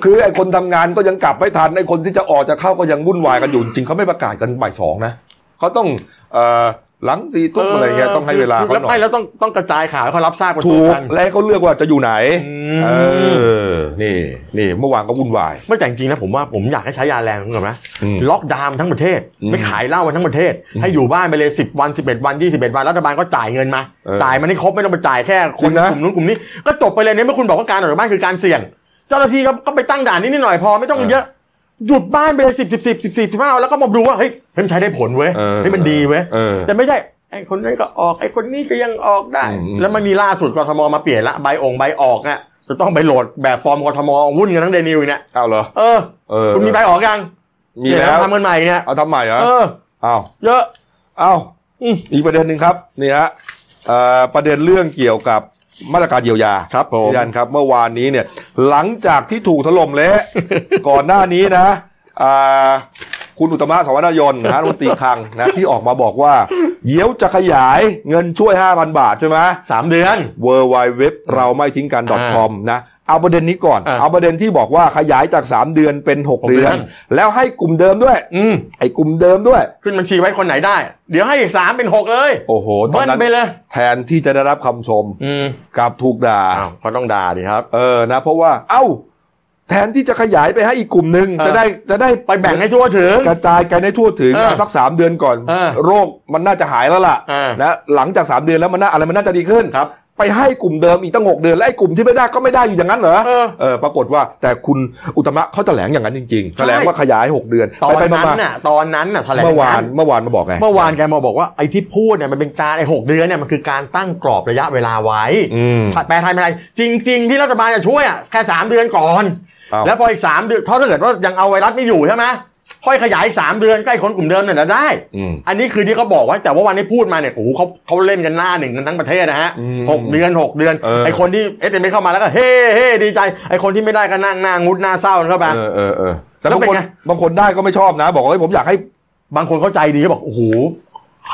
S1: คือไอ้คนทำงานก็ยังกลับไม่ทันไอ้คนที่จะออกจะเข้าก็ยังวุ่นวายกันอยู่ จริงเขาไม่ประกาศกันบ่ายสองนะเขาต้องเอ่อหลังสี่ทุ่มอะไรเงี้ยต้องให้เวลาเขา
S2: แล้ว
S1: หน่อ
S2: ไม่
S1: ย
S2: แล้วต้องต้องกระจายข่าวให้เขารับทราบกัน
S1: ถู
S2: ว
S1: ก
S2: กัน
S1: และให้เขาเลือกว่าจะอยู่ไหน
S2: อืม
S1: เออนี่นี่เมื่อวานก็วุ่นวาย
S2: ไม่แต่จริงๆนะผมว่าผมอยากให้ใช้ยาแรงเหมือนกันนะ
S1: อืม
S2: ล็อกดาวน์ทั้งประเทศ
S1: อืม
S2: ไม่ขายเหล้ากันทั้งประเทศ ให้อยู่บ้านไปเลยสิบวันสิบเอ็ดวันยี่สิบเอ็ดวันรัฐบาลก็จ่ายเงินมา
S1: เออ
S2: จ่ายมันให้ครบไม่ต้องไปจ่ายแค่
S1: จ
S2: ค
S1: ริ
S2: น
S1: งนะ
S2: กลุ่มนู้นกลุ่มนี้ก็จบไปเลยเนี่ยเมื่อคุณบอกว่าการออกจากบ้านคือการเสี่ยง เจ้าหน้าที่ก็ก็ไปตั้งด่านนิดๆหน่อยพอไม่ต้องเยอะหยุดบ้านไปเลยสิบสิบสิบสิบสิบห้าแล้วก็มาดูว่าเฮ้ยเฮ้ยมันใช้ได้ผลเว้ย
S1: เออ
S2: เฮ้ยมันดีเว้ย
S1: ออ
S2: แต่ไม่ใช่ไอ้คนนั้นก็ออกไอ้คนนี้ก็ยังออกได้
S1: อืม
S2: แล้วมันมีล่าสุดกทมมาเปลี่ยนละใบองค์ใบออกอ่ะจะต้องไปโหลดแบบฟอร์มกทมวุ่นกันทั้งเดนิวอีกเนี่ย
S1: เอาเหรอ
S2: เออ
S1: เออ
S2: คุณมีใบออกยัง
S1: มีแล้ว
S2: เดี๋ยทำกันใหม่เนี่ย
S1: เอาทำใหม่เหรอ
S2: เออ
S1: เอา
S2: เยอะ
S1: เอา
S2: อืม
S1: อีกประเด็นหนึ่งครับนี่ฮะเอ่อประเด็นเรื่องเกี่ยวกับมาตรการเยียวยา
S2: ครับผม
S1: พี่ยันครับ เมื่อวานนี้เนี่ย หลังจากที่ถูกถล่มเละ ก่อนหน้านี้นะอ่าคุณอุตตมะสาวนายนนะฮะรัฐมนตรีคลังนะที่ออกมาบอกว่าเยียวจะขยายเงินช่วย 5,000 บาทใช่ไหม
S2: สามเดือน
S1: w w w เราไม่ทิ้งกัน .com นะ เอาประเด็นนี้ก่อน
S2: อ่า
S1: เอาประเด็นที่บอกว่าขยายจาก 3 เดือนเป็น
S2: ห
S1: 6
S2: กเดื
S1: เดื
S2: อ
S1: อน น แล้วให้กลุ่มเดิมด้วย
S2: อืม
S1: ไอ้กลุ่มเดิมด้วย
S2: ขึ้นบัญชีไว้คนไหนได้ เดี๋ยวให้อีกสามเป็นหกเลย
S1: โอ้โห ตอน
S2: เบิ้ล
S1: นั้น
S2: ไปเลย
S1: แทนที่จะได้รับคำชม
S2: อืม
S1: กลับถูกด่า
S2: อ้าวเขาต้องด่าดิครับ
S1: เออนะ เพราะว่า เอ้า แทนที่จะขยายไปให้อีกกลุ่มหนึ่ง
S2: เออ
S1: จะได้จะได้
S2: ไปแบ่งให้ทั่วถึง
S1: กระจายกันให้ทั่วถึง
S2: เออ
S1: เอาสักสามเดือนก่อน
S2: เออ
S1: โรคมันน่าจะหายแล้วล่ะ
S2: อ่า
S1: นะหลังจากสามเดือนแล้วมันน่าอะไรมันน่าจะดีขึ้น
S2: ครับ
S1: ไปให้กลุ่มเดิมอีกตั้งหกเดือน และไอ้กลุ่มที่ไม่ได้ก็ไม่ได้อยู่อย่างนั้นเหรอ
S2: เออ
S1: เออปรากฏว่าแต่คุณอุตตมะเขาแถลงอย่างนั้นจริงๆ
S2: ใช่
S1: แถลงว่าขยาย 6 เดือน
S2: ตอน
S1: ไปๆ
S2: นั้น
S1: มา
S2: น่ะ ตอนนั้นน่ะแถ
S1: ๆ
S2: ลง
S1: เมื่อวานเมื่อวานมาบอกไง
S2: เมื่อวานแกมาบอกว่าไอ้ที่พูดเนี่ยมันเป็นการไอ้หกเดือนเนี่ยมันคือการตั้งกรอบระยะเวลาไว้
S1: อืม
S2: แปลไทยไม่ไทยจริง ๆ ที่รัฐบาลจะช่วยอ่ะแค่สามเดือนก่อน
S1: อ้าว
S2: แล้วพออีกสามเดือนถ้าเกิดว่ายังเอาไวรัสไม่อยู่ใช่ไหมค่อยขยายอีกสามเดือนใกล้คนกลุ่มเดิมเนี่ยจะได้
S1: อืม
S2: อันนี้คือที่เขาบอกไว้แต่ว่าวันที่พูดมาเนี่ยโอ้โหเขาเขาเล่นกันหน้าหนึ่งกันทั้งประเทศนะฮะ
S1: อืม
S2: หกเดือนหกเดือน
S1: เออ
S2: ไอคนที่เอสเอ็มเข้ามาแล้วก็เฮ้เฮ้ดีใจไอคนที่ไม่ได้ก็นั่งหน้างุดหน้าเศร้ากันเข้าไป
S1: เออเออเออแต่
S2: แล้ว
S1: บาง
S2: เป็น
S1: คน
S2: ไง
S1: บางคนได้ก็ไม่ชอบนะ บอกว่าเฮ้ยผมอยากให้
S2: บางคนเข้าใจดีก็บอกโอ้โห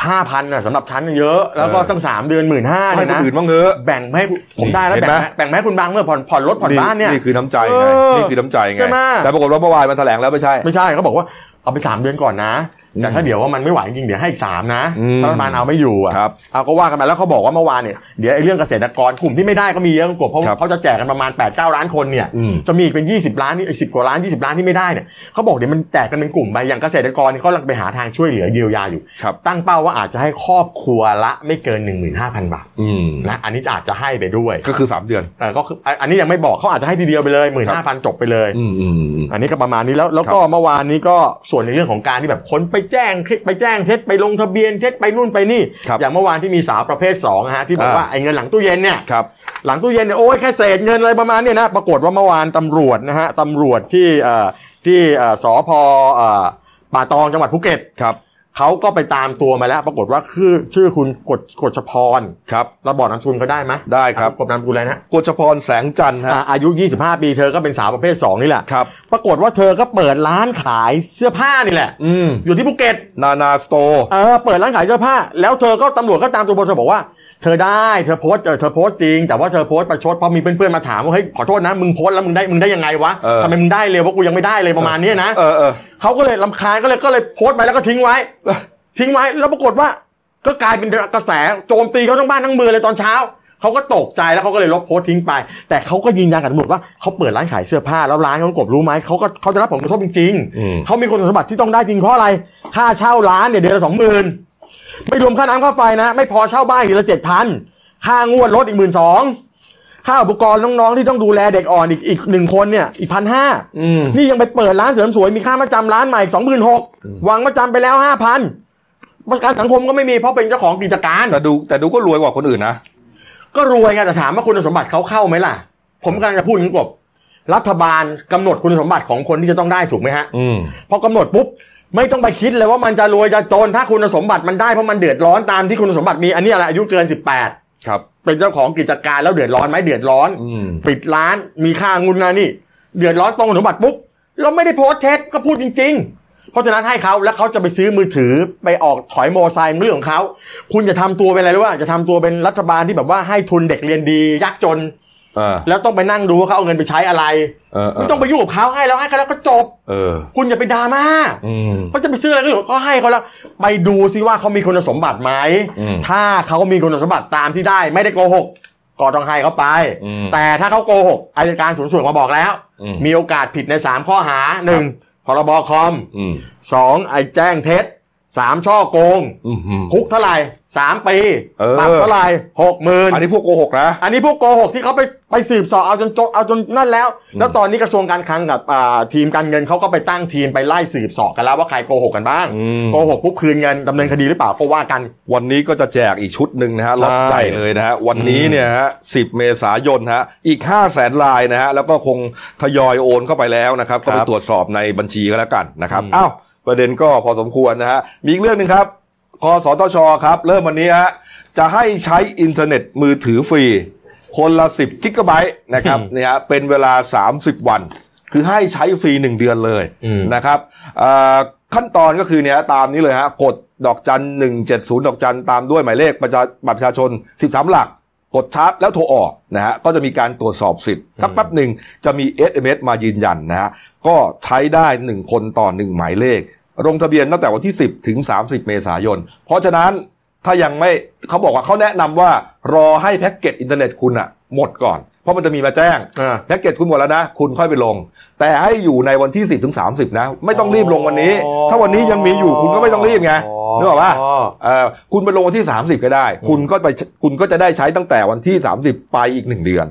S2: ห้าพันน่ะสำหรับชั้นเยอะ แล้วก็
S1: เออ
S2: ตั้งสามเดือนหมื่นห้า
S1: ให้คน
S2: เนี่ยนะ
S1: อื่นบ้างเถอะ
S2: แบ่งให้ผมได้แล้ว
S1: เห็น
S2: แบ่
S1: ไห
S2: ง
S1: ม
S2: ให้แบ่งให้คุณบางเมื่อผ่อนผ่อนรถผ่อนบ้านเนี่ย
S1: นี่คือน้ำใจไง
S2: เออ
S1: นี่คือน้ำใจไง
S2: ใช่ไหม
S1: แต่ปรากฏว่าเมื่อวานมันแถลงแล้วไม่ใช่
S2: ไม่ใช่เขาบอกว่าเอาไปสามเดือนก่อนนะแต่ถ้าเดี๋ยวว่ามันไม่ไหวจริงเดี๋ยวให้อีกสามนะ
S1: อืม
S2: ถ้ารัฐบาลเอาไม่อยู่อ่ะ
S1: ครับ
S2: เอาก็ว่ากันไปแล้วเขาบอกว่าเมื่อวานเนี่ยเดี๋ยวไอ้เรื่องเกษตรกรกลุ่มที่ไม่ได้ก็มีเยอะกว่าเพราะ
S1: ครับ
S2: เขาจะแจกกันประมาณ8ปดเก้าล้านคนเนี่ย
S1: อืม
S2: จะมีอีกเป็น 20 ล้านนี่สิบกว่าล้าน 20 ล้านที่ไม่ได้เนี่ยเขาบอกเดี๋ยวมันแจกกันเป็นกลุ่มไปอย่างเกษตรกรเนี่ยเขากำลังไปหาทางช่วยเหลือเยียวยาอยู่
S1: ครับ
S2: ตั้งเป้าว่าอาจจะให้ครอบครัวละไม่เกิน 15,000 บาท
S1: อืม
S2: นะอันนี้จะอาจจะให้ไปด้วย
S1: ก็คือ 3 เดือน
S2: เออก็คืออันอันนี้ยังไม่บอกเขาอาจจะให้ทีเดียวไปเลย 15,000 จบไปเลย
S1: อืมอืมอืม
S2: อันนี้ก็ประมาณนี้แล้วแล้วก็เมื่อวานนี้ก็ส่วนในเรื่องของการที่แบบคนไปแจ้งคลิกไปแจ้งเท็จไปลงทะเบียนเท็จไปนู่นไปนี่
S1: ครับ
S2: อย่างเมื่อวานที่มีสาวประเภท2อะฮะที่บอก
S1: อ่า
S2: ว่าไอ้เงินหลังตู้เย็นเนี่ย
S1: ครับ
S2: หลังตู้เย็นเนี่ยโอ้ยแค่เศษเงินอะไรประมาณเนี่ยนะปรากฏว่าเมื่อวานตำรวจนะฮะตำรวจที่เอ่อที่เอ่อสพเอ่อป่าตองจังหวัดภูเก็ต
S1: ครับ
S2: เขาก็ไปตามตัวมาแล้ว ปรากฏว่าคือชื่อคุณกฎกฎชพร
S1: ครับ
S2: เราบอกนามสกุลเขาได้ไหม
S1: ได้ครับ
S2: กฎนามสกุลอะไรนะ
S1: กฎชพรแสงจันทร์ฮะ
S2: อ่าอายุ 25 ปีเธอก็เป็นสาวประเภท 2 นี่แหละ
S1: ครับ
S2: ปรากฏว่าเธอก็เปิดร้านขายเสื้อผ้านี่แหละ
S1: อืม
S2: อยู่ที่ภูเก็ต
S1: นานาสโตร์
S2: เออเปิดร้านขายเสื้อผ้า แล้วเธอก็ตำรวจก็ตามตัวเธอบอกว่า เธอได้เธอโพสต์เออเธอโพสต์จริงแต่ว่าเธอโพสต์ประชดเพราะมีเพื่อนๆมาถามว่าเฮ้ยขอโทษนะมึงโพสต์แล้วมึงได้มึงได้ยังไงวะทำไมมึงได้เร็วว่ากูยังไม่ได้เลยประมาณเนี้ยนะ
S1: เออเออ
S2: เขาก็เลยลำคาญก็เลยก็เลยโพสต์ไปแล้วก็ทิ้งไว้ ทิ้งไว้แล้วปรากฏว่า ก็กลายเป็นกระแสโจมตีเขาทั้งบ้านทั้งเมืองเลยตอนเช้าเขาก็ตกใจแล้วเขาก็เลยลบโพสต์ทิ้งไป แต่เขาก็ยืนยันกับตำรวจว่าเขาเปิดร้านขายเสื้อผ้าแล้วร้านเขากบรู้ไหมเขาก็เขาได้รับผลกระทบจริงๆ
S1: อืม
S2: เขามีคุณสมบัติที่ต้องได้จริงเพราะอะไร ค่าเช่าร้านเนี่ยเดือนละสองหมื่นไม่รวมค่าน้ำค่าไฟนะ ไม่พอเช่าบ้านอีกละเจ็ดพันค่างวดรถอีกหมื่นสองค่าอุปกรณ์น้องๆที่ต้องดูแลเด็กอ่อนอีกอีกหนึ่งคนเนี่ยอีกพันห้า
S1: อืม
S2: นี่ยังไปเปิดร้านเสริมสวยมีค่ามาจำร้านใหม่สองหมื่นหกวางมาจำไปแล้วห้าพันประกันสังคมก็ไม่มีเพราะเป็นเจ้าของกิจการ
S1: แต่ดูแต่ดูก็รวยกว่าคนอื่นนะ
S2: ก็รวยไงแต่ถามว่าคุณสมบัติเขาเข้าไหมล่ะ ผมกำลังจะพูดอย่างนี้กบรัฐบาลกำหนดคุณสมบัติของคนที่จะต้องได้ถูกไหมฮะ
S1: อืม
S2: พอกำหนดปุ๊บไม่ต้องไปคิดเลยว่ามันจะรวยจะจนถ้าคุณสมบัติมันได้เพราะมันเดือดร้อนตามที่คุณสมบัติมีอันนี้อะไรอายุเกิน 18
S1: ครับ
S2: เป็นเจ้าของกิจการแล้วเดือดร้อนไหมเดือดร้อน
S1: อืม
S2: ปิดร้านมีค่างุนงานนี่ เดือดร้อนตรงคุณสมบัติปุ๊บเราไม่ได้โพสต์เท็จก็พูดจริง ๆ เพราะฉะนั้นให้เขาแล้วเขาจะไปซื้อมือถือไปออกถอยโมอไซค์มันเรื่องของเขาคุณจะทำตัวเป็นอะไรหรือว่าจะทำตัวเป็นรัฐบาลที่แบบว่าให้ทุนเด็กเรียนดียากจน
S1: เออ
S2: แล้วต้องไปนั่งดูว่าเขาเอาเงินไปใช้อะไร
S1: เออเอ
S2: ไม่
S1: อ
S2: ต้องไปยุ่งกับเขาให้แล้วให้เขาแล้วก็จบ
S1: เออ
S2: คุณอย่าไปดราม่า
S1: อืม
S2: เขาจะไปซื้ออะไรก็เหลือก็ให้เขาแล้วไปดูซิว่าเขามีคุณสมบัติไหม
S1: อืม
S2: ถ้าเขามีคุณสมบัติตามที่ได้ไม่ได้โกหกก็ต้องให้เขาไป
S1: อืม
S2: แต่ถ้าเขาโกหกอายการสูงสุดมาบอกแล้ว
S1: อืม
S2: มีโอกาสผิดใน 3 ข้อหาหนึ่งพรบคอม
S1: อืม
S2: สองไอ้แจ้งเท็จสามช่อโกง
S1: อืมอืม
S2: คุกเท่าไหร่สามปี
S1: เออ
S2: ปรับเท่าไหร่หกหมื่น
S1: อันนี้พวกโกหกนะ
S2: อันนี้พวกโกหกที่เขาไปไปสืบสอบเอาจนจบเอาจนนั่นแล้ว แล้วตอนนี้กระทรวงการคลังกับอ่าทีมการเงินเขาก็ไปตั้งทีมไปไล่สืบสอบกันแล้วว่าใครโกหกกันบ้าง
S1: อืม
S2: โกหกปุ๊บคืนเงินดำเนินคดีหรือเปล่าก็ว่ากัน
S1: วันนี้ก็จะแจกอีกชุดหนึ่งนะฮะล็อต
S2: ใช่
S1: ใหญ่เลยนะฮะวันนี้เนี่ยฮะ10 เมษายนฮะอีก 5 0 0แสนลายนะฮะแล้วก็คงทยอยโอนเข้าไปแล้วนะครับ ก็ไปตรวจสอบในบัญชีก็แล้วกันนะครับอ้าวประเด็นก็พอสมควรนะฮะมีอีกเรื่องหนึ่งครับคอสตชครับ เริ่มวันนี้ฮะจะให้ใช้อินเทอร์เน็ตมือถือฟรี คนละ 10 กิกะไบต์นะครับเนี่ยฮะเป็นเวลา 30 วัน คือให้ใช้ฟรี 1 เดือนเลย
S2: อืม
S1: นะครับเอ่อขั้นตอนก็คือเนี่ยตามนี้เลยฮะกดดอกจันหนึ่งเจ็ดศูนย์ดอกจันตามด้วยหมายเลขประชาบัตรประชาชน 13 หลัก กดชาร์จแล้วโทรออกนะฮะก็จะมีการตรวจสอบสิทธิ์ สักแป๊บหนึ่งจะมี SMS มายืนยันนะฮะก็ใช้ได้ 1 คนต่อ 1 หมายเลข ลงทะเบียนตั้งแต่วันที่ 10 ถึง 30 เมษายน เพราะฉะนั้นถ้ายังไม่เขาบอกว่าเขาแนะนำว่ารอให้แพ็กเกจอินเทอร์เน็ตคุณอะหมดก่อน เพราะมันจะมีมาแจ้ง
S2: เออ
S1: แพ็กเกจคุณหมดแล้วนะ คุณค่อยไปลง แต่ให้อยู่ในวันที่ 10ถึง30 นะ ไม่ต้องรีบลงวันนี้
S2: อ๋อ
S1: ถ้าวันนี้ยังมีอยู่คุณก็ไม่ต้องรีบไง
S2: อ๋อ
S1: นึกออกปะเอ่อคุณไปลงวันที่ 30 ก็ได้ คุณก็ไปคุณก็จะได้ใช้ตั้งแต่วันที่ 30 ไปอีก 1 เดือน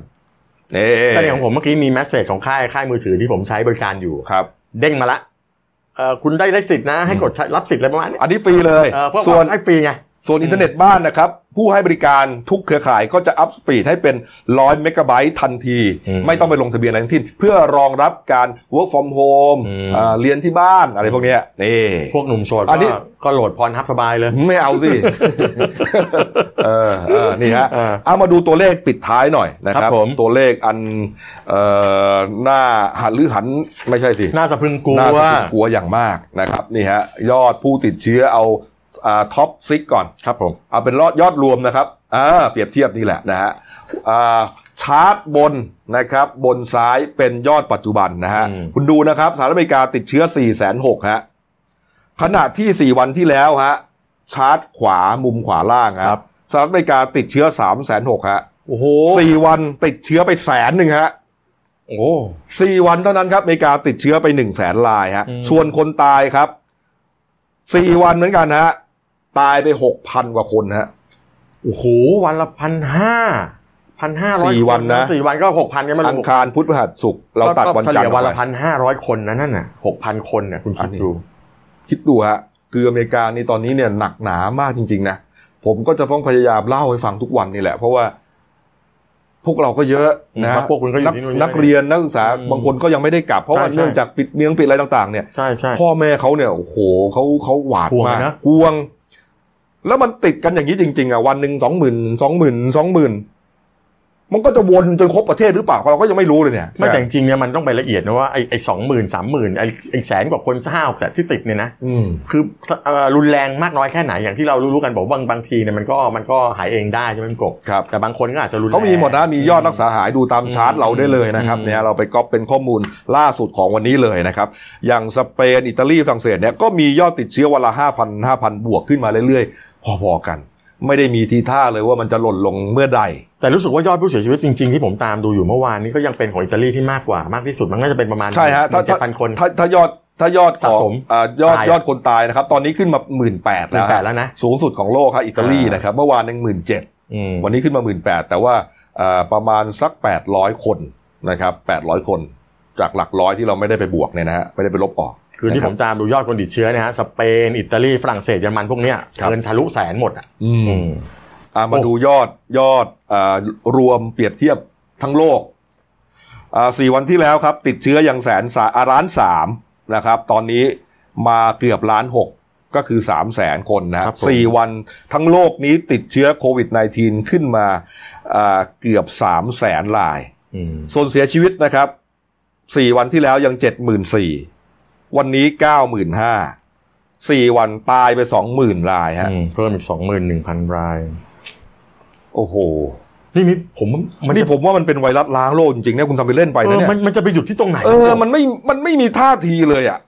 S1: เอ๊
S2: แต่เนี่ยของผมเมื่อกี้มีแมสเซจของค่ายค่ายมือถือที่ผมใช้บริการอยู่
S1: ครับ
S2: เด้งมาละเออคุณได้ได้สิทธินะ ให้กดใช้รับสิทธิ์อะไรประมาณเนี้ย
S1: อันนี้ฟรีเลย
S2: เออเพราะ
S1: ส่
S2: ส่
S1: ว
S2: วน นให้ฟรีไง
S1: ส่วนอินเทอร์เน็ตบ้านนะครับ ผู้ให้บริการทุกเครือข่ายก็จะอัพสปีดให้เป็น 100 เมกะไบต์ทันที
S2: อืม
S1: ไม่ต้องไปลงทะเบียนอะไรทั้งสิ้นเพื่อรองรับการ work from home
S2: อืม
S1: อ่าเรียนที่บ้านอะไรพวกเนี้ยนี่
S2: พวกหนุ่มโสด
S1: อันนี้
S2: ก็ก็โหลดพรทับสบายเลย
S1: ไม่เอา สิ เออเออนี่ฮะ
S2: เออ
S1: เอามาดูตัวเลขปิดท้ายหน่อยนะค
S2: ครั
S1: รับ
S2: บผม
S1: ตัวเลขอันเอ่อหน้าหันหรือหันไม่ใช่สิ
S2: น่าสะพรึงกลัว
S1: น่าสะพรึงกลัวอย่างมากนะครับนี่ฮะยอดผู้ติดเชื้อเอาท็อปซิกก่อน
S2: ครับผม
S1: เอาเป็นยอดยอดรวมนะครับอ่าเปรียบเทียบนี่แหละนะฮะอ่าชาร์ตบนนะครับบนซ้ายเป็นยอดปัจจุบันนะฮะ
S2: อืม
S1: คุณดูนะครับสหรัฐอเมริกาติดเชื้อ 4 6 0 0 0ฮะขณะที่ 4 วันที่แล้วฮะชาร์ตขวามุมขวาล่างฮะสหรัฐอเมริกาติดเชื้อ 3 6 0 0 0ฮะ
S2: โอ้โห
S1: สี่วันติดเชื้อไปแสนหนึ่งฮะ
S2: โอ้
S1: สี่วันเท่านั้นครับอเมริกาติดเชื้อไปหนึ่งแสนรายฮะ
S2: อืม
S1: ส่วนคนตายครับสี่วันเหมือนกันฮะตายไปหกพันกว่าคนฮะ
S2: โอ้โหวันละพันห้าพันห้าร้อย
S1: สี่วันนะ
S2: สี่วันก็หกพันกันมา
S1: อังคารพุธพฤหัสศุกร์เราตัดวันจันทร์
S2: วัน
S1: อ
S2: ละ
S1: อกไป
S2: พันห้าร้อยคนนะนั่นน่ะหกพันคนน่ะคุณคิดดู
S1: คิดดูฮะคืออเมริกานี่ตอนนี้เนี่ยหนักหนามากจริง ๆ นะ ผมก็จะต้องพยายามเล่าให้ฟังทุกวันนี่แหละ เพราะว่า พ พวกเราก็เยอะนะ
S2: พวกคุณก็อยู่
S1: นัก
S2: ที่นู่นเยอะ
S1: นักเรียนนักศึกษา
S2: อืม
S1: บางคนก็ยังไม่ได้กลับ เพราะว่า
S2: ใช่ใช่
S1: เนื่องจากปิดเมืองปิดอะไรต่างๆเนี่ย
S2: ใช่ใช่
S1: พ่อแม่เขาเนี่ยโอ้โหเขาเขาหวาด
S2: ห่วง
S1: มาก
S2: นะ
S1: ห่วง แล้วมันติดกันอย่างนี้จริง ๆอ่ะวันหนึ่งสองหมื่นสองหมื่นสองหมื่นมันก็จะวนจนครบประเทศหรือเปล่าเราก็ยังไม่รู้เลยเนี่ย
S2: ไม่แต่จริงๆเนี่ยมันต้องไปละเอียดนะว่าไอ้ไอ้สองหมื่นสามหมื่นไอ้ไอ้แสนกว่าคนห้าหกแสนที่ติดเนี่ยนะ
S1: อืม
S2: คือเอ่อรุนแรงมากน้อยแค่ไหนอย่างที่เรารู้ๆกันบอกว่าบางบางทีเนี่ยมันก็มันก็หายเองได้ใช่ไหมคุณกบ
S1: ครับ
S2: แต่บางคนก็อาจจะรุนแรง
S1: เขามีหมดนะมียอดรักษาหายดูตามชาร์ตเราได้เลยนะครับ
S2: อืม
S1: เนี่ยเราไปก๊อปเป็นข้อมูลล่าสุดของวันนี้เลยนะครับ อย่างสเปนอิตาลีฝรั่งเศสเนี่ยก็มียอดติดเชื้อวันละห้าพันห้าพันบวกขึ้นมาเรื่อยๆ พอๆกัน ไม่ได้มีทีท่าเลยว่ามันจะหล่นลงเมื่อใด
S2: แต่รู้สึกว่ายอดผู้เสียชีวิตจริงๆที่ผมตามดูอยู่เมื่อวานนี้ก็ยังเป็นของอิตาลีที่มากกว่ามากที่สุดมันน่าจะเป็นประมาณ
S1: ใช่ฮะถ้า
S2: เจ็
S1: ถ้า
S2: ดพันคน
S1: ถ้าถ้ายอดถ้ายอดของ
S2: สะสม
S1: เอ่อยอด
S2: ตาย
S1: ยอดคนตายนะครับ ตอนนี้ขึ้นมาหมื่นแปด
S2: หนึ่
S1: แล้ว
S2: งแป
S1: ฮะ
S2: ดแล้วนะ
S1: สูงสุดของโลกครับอิตาลี
S2: อ่าน
S1: นะครับ เมื่อวานหนึ่งหมื่นเจ็ด
S2: อืม
S1: วันนี้ขึ้นมาหมื่นแปดแต่ว่าเอ่อประมาณสักแปดร้อยคนนะครับแปดร้อยคน จากหลักร้อยที่เราไม่ได้ไปบวกเนี่ยนะฮะไม่ได้ไปลบออก
S2: คือที่ผมตามดูยอดคนติดเชื้อเนะฮะสเปนอิตาลีฝรั่งเศสเยอรมันพวกเนี้ย
S1: ครับ
S2: เกินทะลุแสนหมดอ่ะ
S1: อืม
S2: อืม
S1: อ่ะมา
S2: โอ้
S1: ดูยอดยอดเอ่อรวมเปรียบเทียบทั้งโลกอ่าสี่วันที่แล้วครับ ติดเชื้อยังแสนสาอ่าล้านสามนะครับ ตอนนี้มาเกือบล้านหกก็คือสามแสนคนนะฮะ
S2: ครับผม
S1: สี่วันทั้งโลกนี้ติดเชื้อโควิด -19 ขึ้นมาอ่าเกือบสามแสนราย
S2: อืม
S1: ส่วนเสียชีวิตนะครับสี่วันที่แล้วยังเจ็ดหมื่นสี่วันนี้เก้าหมื่นห้าสี่วันตายไปสองหมื่นรายฮะ
S2: อืมเพิ่มอีกสองหมื่นหนึ่งพันราย
S1: โอ้โห
S2: นี่นี่ผมว่ามัน
S1: นี่ผมว่ามันเป็นไวรัสล้างโลกจริงๆนะคุณทำไปเล่นไป
S2: เอ
S1: นะ
S2: อ
S1: เนี่ย
S2: มันมันจะไปหยุดที่ตรงไหน
S1: เออมันไม่มันไม่มีท่าทีเลยอ่ะ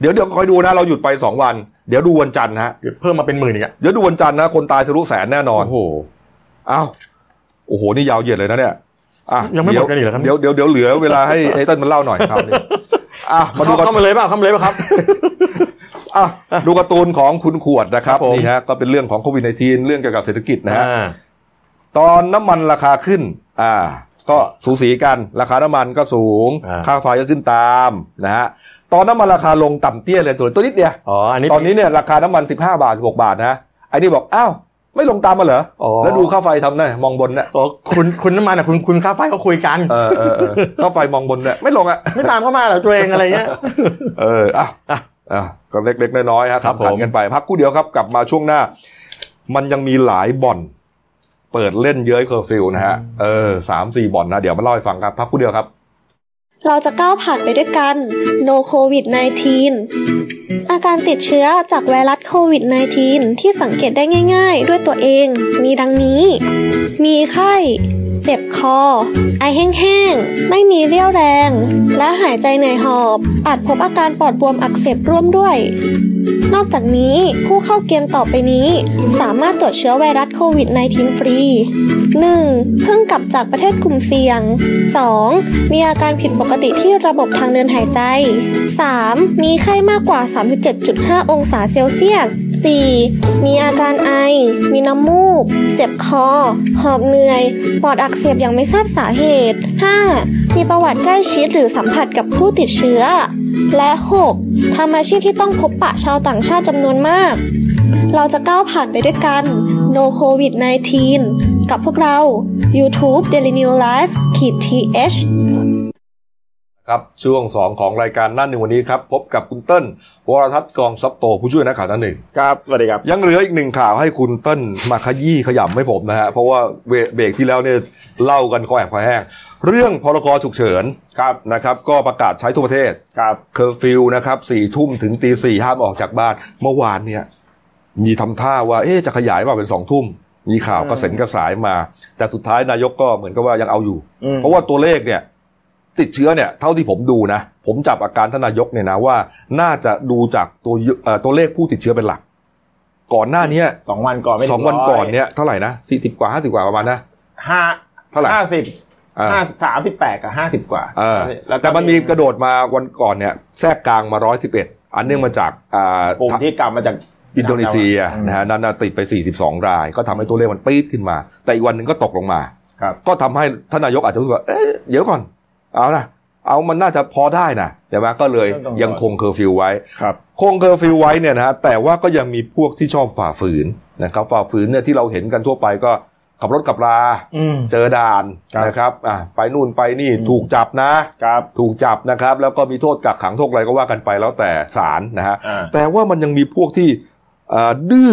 S1: เดี๋ยวเดี๋ยวคอยดูนะเราหยุดไปสองวัน เดี๋ยวดูวันจันทร์ฮะ
S2: เดี๋ยวเพิ่มมาเป็นหมื่นอีกอ่ะ
S1: เดี๋ยวดูวันจันทร์นะคนตายทะลุแสนแน่นอน
S2: โอ้โห
S1: อ้าวโอ้โหนี่ยาวเหยียดเลยนะเนี่ยอ่ะ
S2: ยังไม่หมดกันอีกเหรอครับ
S1: เดี๋ยวเดี๋ยวเดี๋ยวเหลือเวลาให้ไอ้เต้นมันเล่าหน่อยครับนี่อ่ะมาดู
S2: เข้า
S1: กัน
S2: เข้ามาเลยเปล่าเข้ามาเลยเปล่าครับ
S1: อ่ะดูการ์ตูนของคุณขวดนะครับ
S2: ครับผม
S1: นี่ฮะก็เป็นเรื่องของโควิด -19 เรื่องเกี่ยวกับเศรษฐกิจนะฮะ
S2: อ่า
S1: ตอนน้ำมันราคาขึ้น อ่า ก็สูสีกัน ราคาน้ำมันก็สูง
S2: อ่า
S1: ค่าไฟก็ขึ้นตามนะฮะ ตอนน้ำมันราคาลงต่ำเตี้ยเลยตัวตัวนิดเดียว
S2: อ๋ออันนี้
S1: ตอนนี้เนี่ยราคาน้ำมัน 15 บาท 16 บาทนะ ไอ้นี่บอก อ้าว ไม่ลงตามมาเหรอ
S2: อ๋อ
S1: แล้วดูค่าไฟทำหน่อยมองบนเนี่ย
S2: อ๋อคุณคุณน้ำมันอ่ะคุณคุณค่าไฟก็คุยกัน
S1: เออเออ เออค่าไฟมองบนเนี่ยไม่ลงอ่ะ
S2: ไม่ตามเข้ามาเหรอตัวเองอะไรเงี้ย
S1: เอออ่ะ
S2: อ่ะ
S1: อ่ะก็เล็กๆน้อยๆฮะ
S2: ครับ
S1: ขำขัน
S2: ผม
S1: กันไปพักกูเดียวครับกลับมาช่วงหน้า มันยังมีหลายบ่อน เปิดเล่นเย้ยเคอร์ฟิวนะฮะ เออสามสี่บ่อนนะเดี๋ยวมาเล่าให้ฟังครับพักกูเดียวครับ
S3: เราจะก้าวผ่านไปด้วยกัน No COVID 19 อาการติดเชื้อจากไวรัสโควิด -19 ที่สังเกตได้ง่าย ๆ ด้วยตัวเอง มีดังนี้ มีไข้ เจ็บคอ ไอแห้งๆ ไม่มีเรี่ยวแรง และหายใจเหนื่อยหอบ อาจพบอาการปอดบวมอักเสบร่วมด้วย นอกจากนี้ผู้เข้าเกณฑ์ต่อไปนี้ สามารถตรวจเชื้อไวรัสโควิด -19 ฟรี 1. เพิ่งกลับจากประเทศกลุ่มเสี่ยง 2. มีอาการผิดปกติที่ระบบทางเดินหายใจ 3. มีไข้มากกว่า 37.5 องศาเซลเซียส 4. มีอาการไอ มีน้ำมูก เจ็บคอ หอบเหนื่อย ปอดอักเสบอย่างไม่ทราบสาเหตุ 5. มีประวัติใกล้ชิดหรือสัมผัสกับผู้ติดเชื้อ และ 6. ทำอาชีพที่ต้องพบปะชาวต่างชาติจำนวนมาก เราจะก้าวผ่านไปด้วยกัน No COVID 19 กับพวกเรา YouTube Daily New Life ขีด th
S1: ครับช่วง 2 ของรายการหนั่นหนึ่งวันนี้ครับ พบกับคุณเติ้ลวรทัศน์กองซับโตผู้ช่วยนักข่าวหนั่นหนึ่ง
S4: ครับสวัสดีครับ
S1: ยังเหลืออีกหนึ่งข่าวให้คุณเติ้ลมาขยี้ขยำให้ผมนะฮะ เพราะว่าเบรเบรกที่แล้วเนี่ยเล่ากันคอแอบคอแห้ง เรื่องพรกฉุกเฉิน
S4: ครับ
S1: นะครับ ก็ประกาศใช้ทั่วประเทศ
S4: ครับ
S1: เคอร์ฟิวนะครับสี่ทุ่มถึงตีสี่ห้ามออกจากบ้าน เมื่อวานเนี่ยมีทำท่าว่าเอ๊ะจะขยายว่าเป็นสองทุ่มมีข่าวกระเซ็นกระสายมา แต่สุดท้ายนายกก็เหมือนกับว่ายังเอาอยู่
S4: อืม
S1: เพราะว่าตัวเลขเนี่ยติดเชื้อเนี่ยเท่าที่ผมดูนะ ผมจับอาการทานนายกเนี่ยนะว่าน่าจะดูจากตัวเยเอ่อตัวเลขผู้ติดเชื้อเป็นหลัก ก่อนหน้าเนี้ย
S4: สองวันก่อนไม่ถึ
S1: สองวันก่อน
S4: ร้
S1: เนี่ยเท่าไหร่นะสี่สิบกว่าห้าสิบกว่าประมาณนะ
S4: ห้า
S1: เท่าไหร่
S4: ห้าสิบ
S1: อ่า
S4: ห้าสามสิบแปดกับห้าสิบกว่า
S1: เออ
S4: ล้วก็
S1: แต่มันมีกระโดดมาวันก่อนเนี่ยแทรกกลางมาร้อยสิบเอ็ดอันเนื่องมาจากอ่าก
S4: ลุ่มที่กลับมาจาก
S1: อินโดนีเซีย
S4: อืม
S1: นะฮะนั่นนะติดไป 42 ราย ก็ทำให้ตัวเลขมันปี๊ดขึ้นมา แต่อีกวันหนึ่งก็ตกลงมา
S4: ครับ
S1: ก็ทำให้ท่านนายกอาจจะรู้สึกว่าเอ๊ะเดี๋ยวก่อน เอานะเอามันน่าจะพอได้นะเดี๋ยวมาก็เลยยังคงเคอร์ฟิวไว้
S4: ครับ
S1: คงเคอร์ฟิวไว้เนี่ยนะฮะแต่ว่าก็ยังมีพวกที่ชอบฝ่าฝืนนะครับฝ่าฝืนเนี่ยที่เราเห็นกันทั่วไปก็ ขับรถขับลา
S2: อืม
S1: เจอด่าน
S4: ครับ
S1: นะครับอ่ะไปนู่นไปนี่
S2: อืม
S1: ถูกจับนะ
S4: ครับ
S1: ถูกจับนะครับ แล้วก็มีโทษกักขังโทษอะไรก็ว่ากันไปแล้วแต่ศาลนะฮะ
S4: อ่า
S1: แต่ว่ามันยังมีพวกที่เอ่อดื้อ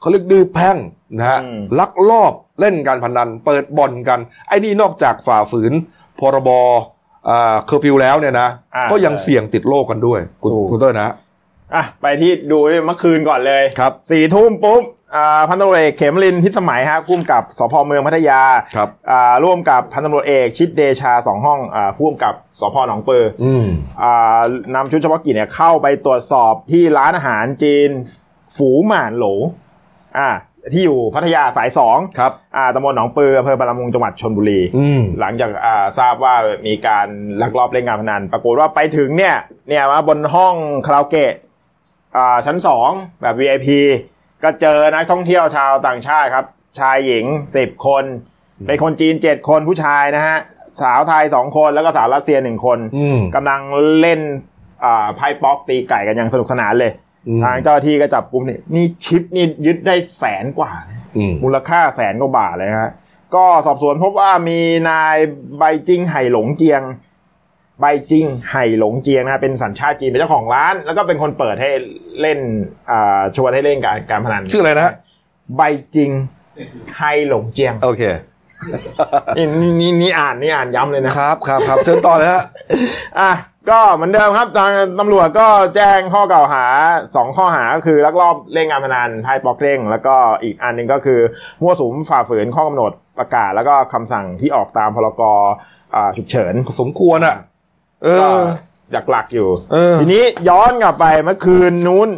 S1: เขาเรียกดื้อแพ่งนะฮะ
S4: อืม
S1: ลักลอบเล่นการพนัน เปิดบ่อนกัน ไอ้นี่นอกจากฝ่าฝืน พรบเอ่อเคอร์ฟิวแล้วเนี่ยนะ
S4: อ่า
S1: ก็ยังเสี่ยงติดโรคกันด้วย คุณ
S4: ถูก
S1: คุณเต้ยนะฮะ
S4: อ่ะไปที่ดูเมื่อคืนก่อนเลย
S1: ครับ
S4: สี่ทุ่มปุ๊บอ่าพันตำรวจเอกเขมรินทร์ทิศสมัยฮะคุ้มกับสพเมืองพัทยา
S1: ครับ
S4: อ่าร่วมกับพันตำรวจเอกชิดเดชาสองห้องอ่าพ่วงกับสพหนองเปอ
S1: อืม
S4: อ่านำชุดเฉพาะกิจเนี่ยเข้าไปตรวจสอบที่ร้านอาหารจีน ฝูหม่านโหลอ่าที่อยู่พัทยาสายสอง
S1: ครับ
S4: อ่าตำบลหนองเปออำเภอปรามุงจังหวัดชนบุรี
S1: อืม
S4: หลังจากอ่าทราบว่ามีการลักลอบเล่นการพนัน ปรากฏว่าไปถึงเนี่ยเนี่ยมาบนห้องคาราโอเกะอ่าชั้นสองแบบ VIP ก็เจอนักท่องเที่ยวชาวต่างชาติครับ ชายหญิง 10 คน
S1: อืม
S4: เป็นคนจีน 7 คนผู้ชายนะฮะ สาวไทย 2 คนแล้วก็สาวรัสเซีย 1 คน
S1: อืม
S4: กำลังเล่นอ่าไพ่ป๊อกตีไก่กันอย่างสนุกสนานเลย
S1: อืม
S4: ทางเจ้าหน้าที่ก็จับกลุ่มนี่นี่ชิปนี่ยึดได้แสนกว่านะ
S1: อืม
S4: มูลค่าแสนกว่าบาทเลยนะฮะ ก็สอบสวนพบว่ามีนายใบจิงไห่หลงเจียง ใบจิงไห่หลงเจียงนะฮะเป็นสัญชาติจีนเป็นเจ้าของร้าน แล้วก็เป็นคนเปิดให้เล่นอ่าชวนให้เล่นการการพนัน
S1: ชื่ออะไรนะฮะ
S4: ใบจิงไห่หลงเจียง
S1: โอเค
S4: นี่นี่นี่นี่อ่านนี่อ่านย้ำเลยนะ
S1: ครับครับครับเชิญต่อเลยฮะ
S4: อ่ะก็เหมือนเดิมครับทางตำรวจก็แจ้งข้อกล่าวหาสองข้อหาก็คือลักลอบเล่นงานพนันไพ่ปอกเล่ง แล้วก็อีกอันหนึ่งก็คือมั่วสุมฝ่าฝืนข้อกำหนดประกาศ แล้วก็คำสั่งที่ออกตามพรกอ่าฉุกเฉิน
S1: สมควรอ่ะ เอ
S4: ก็
S1: อ
S4: หลักๆอยู่
S1: เออ
S4: ทีนี้ย้อนกลับไปเมื่อคืนนู้น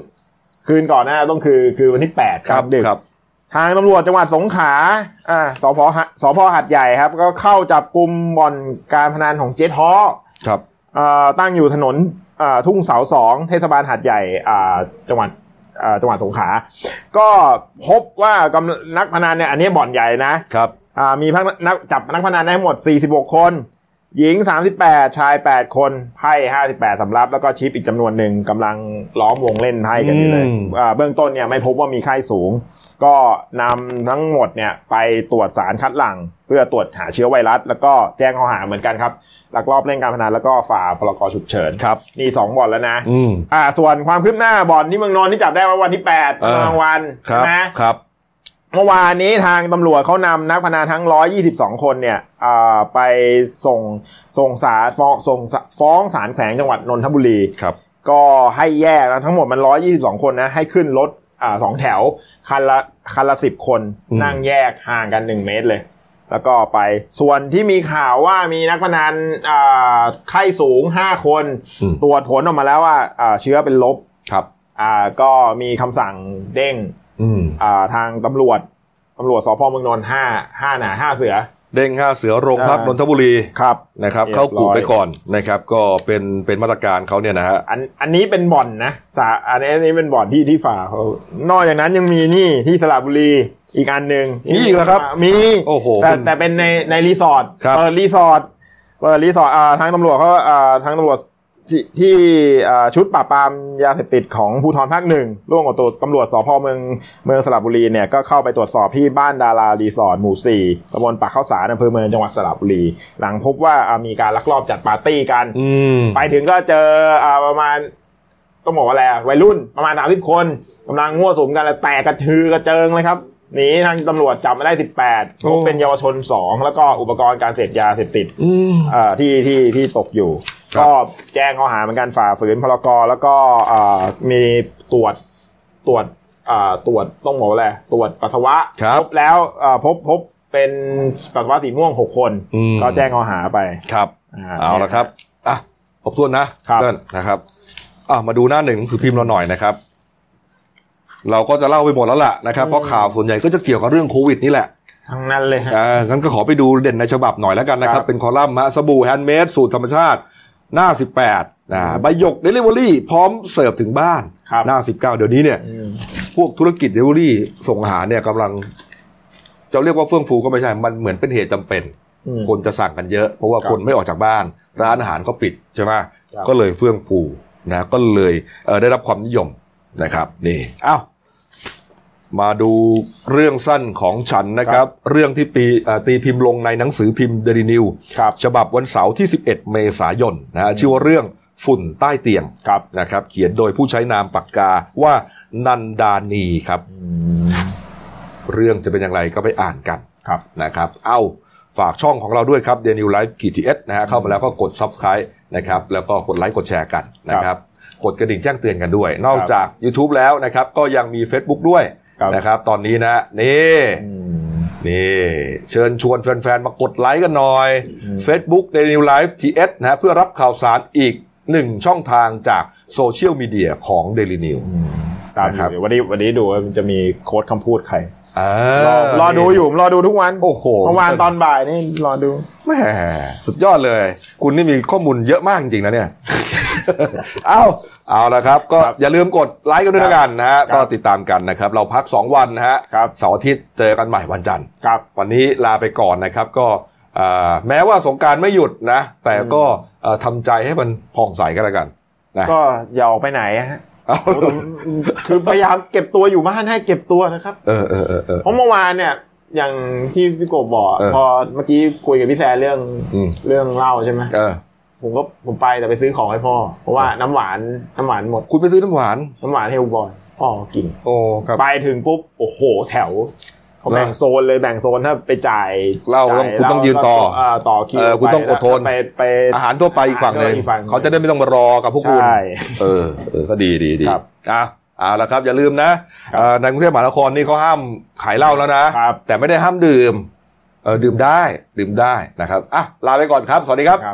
S4: คืนก่อนหน้าต้องคือคือวันที่8
S1: ครับ
S4: ดึก
S1: ครับ
S4: ทางตำรวจจังหวัดสงขลาอ่าสพหะสพหัดใหญ่ครับ ก็เข้าจับกลุ่มบ่อนการพนันของเจ๊ท้อ
S1: ครับ
S4: เอ่อตั้งอยู่ถนนเอ่อทุ่งเสาสองเทศบาลหาดใหญ่อ่าจังหวัดเอ่อจังหวัดสงขลาก็พบว่ากำนักพนันเนี่ยอันนี้บ่อนใหญ่นะครับ อ่ามีพนักจับนักพนันได้ทั้งหมด 46 คน หญิง 38 ชาย 8 คนไพ่58สำรับ แล้วก็ชิปอีกจำนวนหนึ่งกำลังล้อมวงเล่นไพ่กันอยู่เลย
S1: อืม
S4: อ่าเบื้องต้นเนี่ยไม่พบว่ามีไข้สูง ก็นำทั้งหมดเนี่ยไปตรวจสารคัดหลั่ง เพื่อตรวจหาเชื้อไวรัส แล้วก็แจ้งข้อหาเหมือนกันครับ ลักลอบเล่นการพนันแล้วก็ฝ่าพรกฉุกเฉิน
S1: ครับ
S4: นี่สองบ่อนแล้วนะ
S1: อืม
S4: อ่า ส่วนความคืบหน้าบ่อนที่เมืองนนท์ที่จับได้ว่าวันที่แปด
S1: เออ
S4: กลางวัน
S1: ครับ
S4: นะครับ เมื่อวานนี้ทางตำรวจเขานำนักพนันทั้ง 122 คนเนี่ยอ่าไปส่งส่งสารฟ้องส่งสาฟ้องศาลแขวงจังหวัดนนทบุรี
S1: ครับ
S4: ก็ให้แยกนะทั้งหมดมัน 122 คนนะ ให้ขึ้นรถอ่าสองแถว คันละคันละสิบคน
S1: อืม
S4: นั่งแยกห่างกัน 1 เมตรเลย แล้วก็ไปส่วนที่มีข่าวว่ามีนักพนันอ่าไข้สูง 5 คน
S1: อืม
S4: ตรวจผลออกมาแล้วว่าอ่าเชื้อเป็นลบ
S1: ครับ
S4: อ่าก็มีคำสั่งเด้ง
S1: อืม
S4: อ่าทางตำรวจตำรวจสพเมืองนนท์ห้าห้าหนาห้าเสือ
S1: เด้งห้าเสือโรงพัก
S4: อ่าน น
S1: นทบุรี
S4: ครับ
S1: นะครับ
S4: เรียบร้
S1: เข้า
S4: อย
S1: กลุ่มไปก่อนนะครับ ก็เป็นเป็นมาตรการเขาเนี่ยนะฮะ
S4: อันอันนี้เป็นบ่อนนะสาอันนี้อันนี้เป็นบ่อนที่ที่ฝ่าเขานอกจากนั้นยังมีนี่ที่สระบุรีอีกอันหนึ่ง
S1: มีอีกเหรอครับ
S4: มี
S1: โอ้โห
S4: แต่
S1: คุณ
S4: แต่เป็นในในรีสอร์ท
S1: ครับ
S4: เปิดรีสอร์ทเปิดรีสอร์ทอ่าทางตำรวจเขาอ่าทางตำรวจที่ที่อ่าชุดปราบปรามยาเสพติดของภูธรภาคหนึ่งร่วมกับตัวตำรวจสพเมืองเมืองสระบุรีเนี่ยก็เข้าไปตรวจสอบที่บ้านดารารีสอร์ทหมู่สี่ตำบลปากข้าวสารอำเภอเมืองจังหวัดสระบุรี หลังพบว่าอ่ามีการลักลอบจัดปาร์ตี้กัน
S1: อืม
S4: ไปถึงก็เจออ่าประมาณต้องบอกว่าอะไรอ่ะวัยรุ่นประมาณสามสิบคนกำลังมั่วสุมกันแล้วแตกกระทือกระเจิงเลยครับหนีทางตำรวจจับมาได้สิบแปด
S1: โอ้
S4: เป็นเยาวชนสองแล้วก็อุปกรณ์การเสพยาเสพติด
S1: อืม
S4: เอ่อที่ที่ที่ตกอยู่
S1: ครับ
S4: ก็แจ้งข้อหาเหมือนกันฝ่าฝืนพรกรแล้วก็เอ่อมีตรวจตรวจเอ่อตรวจต้องบอกว่าอะไรตรวจปัสสาวะ
S1: ครับ
S4: แล้วเอ่อพบพบเป็นปัสสาวะสีม่วงหกคน
S1: อืม
S4: ก็แจ้งข้อหาไป
S1: ครับ
S4: อ่
S1: เอาละครับ อ่ะขอบทวนนะครับ เพื่อนนะครับ อ่ะมาดูหน้าหนึ่งหนังสือพิมพ์เราหน่อยนะครับ เราก็จะเล่าไปหมดแล้วล่ะนะครับ เพราะข่าวส่วนใหญ่ก็จะเกี่ยวกับเรื่องโควิดนี่แหละ
S4: ทั้งนั้นเลยฮะ
S1: อ่างั้นก็ขอไปดูเด่นในฉบับหน่อยแล้วกันนะค
S4: ครั
S1: รับ
S4: บ
S1: เป็นคอลัมน์ฮะสบู่แฮนด์เมดสูตรธรรมชาติ หน้า 18นะใบหยกเดลิเวอรี่พร้อมเสิร์ฟถึงบ้าน
S4: ครับ
S1: หน้า 19 เดี๋ยวนี้เนี่ย
S4: อืม
S1: พวกธุรกิจเดลิเวอรี่ส่งอาหารเนี่ยกำลัง จะเรียกว่าเฟื่องฟูก็ไม่ใช่ มันเหมือนเป็นเหตุจำเป็น
S4: อืม
S1: คนจะสั่งกันเยอะ เพราะว่า
S4: ครับ
S1: คนไม่ออกจากบ้าน ร้านอาหารก็ปิดใช่ไหม
S4: ครับ
S1: ก็เลยเฟื่องฟูนะก็เลยเอ่อได้รับความนิยมนะครับ นี่อ้าว มาดูเรื่องสั้นของฉันนะครับ เรื่องที่ปีเอ่อตีพิมพ์ลงในหนังสือพิมพ์เดลินิว
S4: ครับ
S1: ฉบับวันเสาร์ที่ 11 เมษายนนะฮะชื่อว่าเรื่องฝุ่นใต้เตียง
S4: ครับ
S1: นะครับ เขียนโดยผู้ใช้นามปากกาว่านันดานีครับ เรื่องจะเป็นอย่างไรก็ไปอ่านกัน
S4: ครับ
S1: นะครับ เอาฝากช่องของเราด้วยครับ The New Life GTS นะฮะเข้ามาแล้วก็กด Subscribe นะครับ แล้วก็กดไลค์กดแชร์กันนะครับ กดกระดิ่งแจ้งเตือนกันด้วย นอกจาก YouTube แล้วนะครับ ก็ยังมี Facebook ด้วย
S4: ครับ
S1: นะครับ ตอนนี้นะนี่นี่เชิญชวนแฟนๆ มากดไลค์กันหน่อย
S4: อืม
S1: Facebook The New Life GTS นะฮะเพื่อรับข่าวสารอีกหนึ่งช่องทางจากโซเชียลมีเดียของ Daily New
S4: ตามอ
S1: นะครับ
S4: ยู่เดี๋ยววันนี้วันนี้ดูว่ามันจะมีโค้ดคำพูดใคร
S1: อ่าร
S4: อรอดูอยู่ผมรอดูทุกวัน
S1: โอ้โห
S4: เมื่อวานตอนบ่ายนี่รอดู
S1: แหม่สุดยอดเลย คุณนี่มีข้อมูลเยอะมากจริงๆนะ เนี่ย เอาเอาละครับ ก็อย่าลืมกดไลค์กันด้วย
S4: ครับ
S1: ละกันนะฮะ
S4: ครับ
S1: ก็ติดตามกันนะครับ เราพัก 2 วันนะฮะ
S4: ครับ
S1: เสาร์อาทิตย์เจอกันใหม่วันจันทร์
S4: ครับ
S1: วันนี้ลาไปก่อนนะครับ ก็อ่าแม้ว่าสงกรารไม่หยุดนะ แต่ก็เอ่อทำใจให้มันผ่องใสกันละกันนะ
S4: ก็อย่าออกไปไหนฮะ
S1: เอา
S4: ผมคือพยายามเก็บตัวอยู่บ้านให้เก็บตัวนะครับ
S1: เออเออเออเออ
S4: เพราะเมื่อวานเนี่ย อย่างที่พี่โกบบอก
S1: เออ
S4: พอเมื่อกี้คุยกับพี่แซนเรื่อง
S1: อืม
S4: เรื่องเหล้าใช่ไหม
S1: เออ
S4: ผมก็ผมไปแต่ไปซื้อของให้พ่อ เพราะว่าน้ำหวานน้ำหวานหมด
S1: คุณไปซื้อน้ำหวาน
S4: น้ำหวานเฮลบอยพ่อกิน
S1: โอ้ครับ
S4: ไปถึงปุ๊บ โอ้โห แถวเขาแบ่งโซนเลยแบ่งโซนถ้าไปจ่าย
S1: เหล้า
S4: จ่ย
S1: คุณต้อง
S4: เหล้า
S1: ยืนต่อ
S4: ก็าต่อคิว
S1: เออคุณต้องอดทน
S4: ไปไป
S1: อาหารทั่วไปอีกฝั่งหนึ่ง
S4: อาหารทั่วไปอีกฝั่งหนึ่ง
S1: เขาจะได้ไม่ต้องมารอกับพวก
S4: ใช
S1: คุณ
S4: ่
S1: เออเออก็ดีดีดี
S4: ครับ
S1: อ่ะเอาละครับอย่าลืมนะเอ่อในกรุงเทพมหานครนี่เขาห้ามขายเหล้าแล้วนะ
S4: ครับ
S1: แต่ไม่ได้ห้ามดื่มเออดื่มได้ดื่มได้นะครับอ่ะลาไปก่อนครับ สวัสดีครับ
S4: ครับ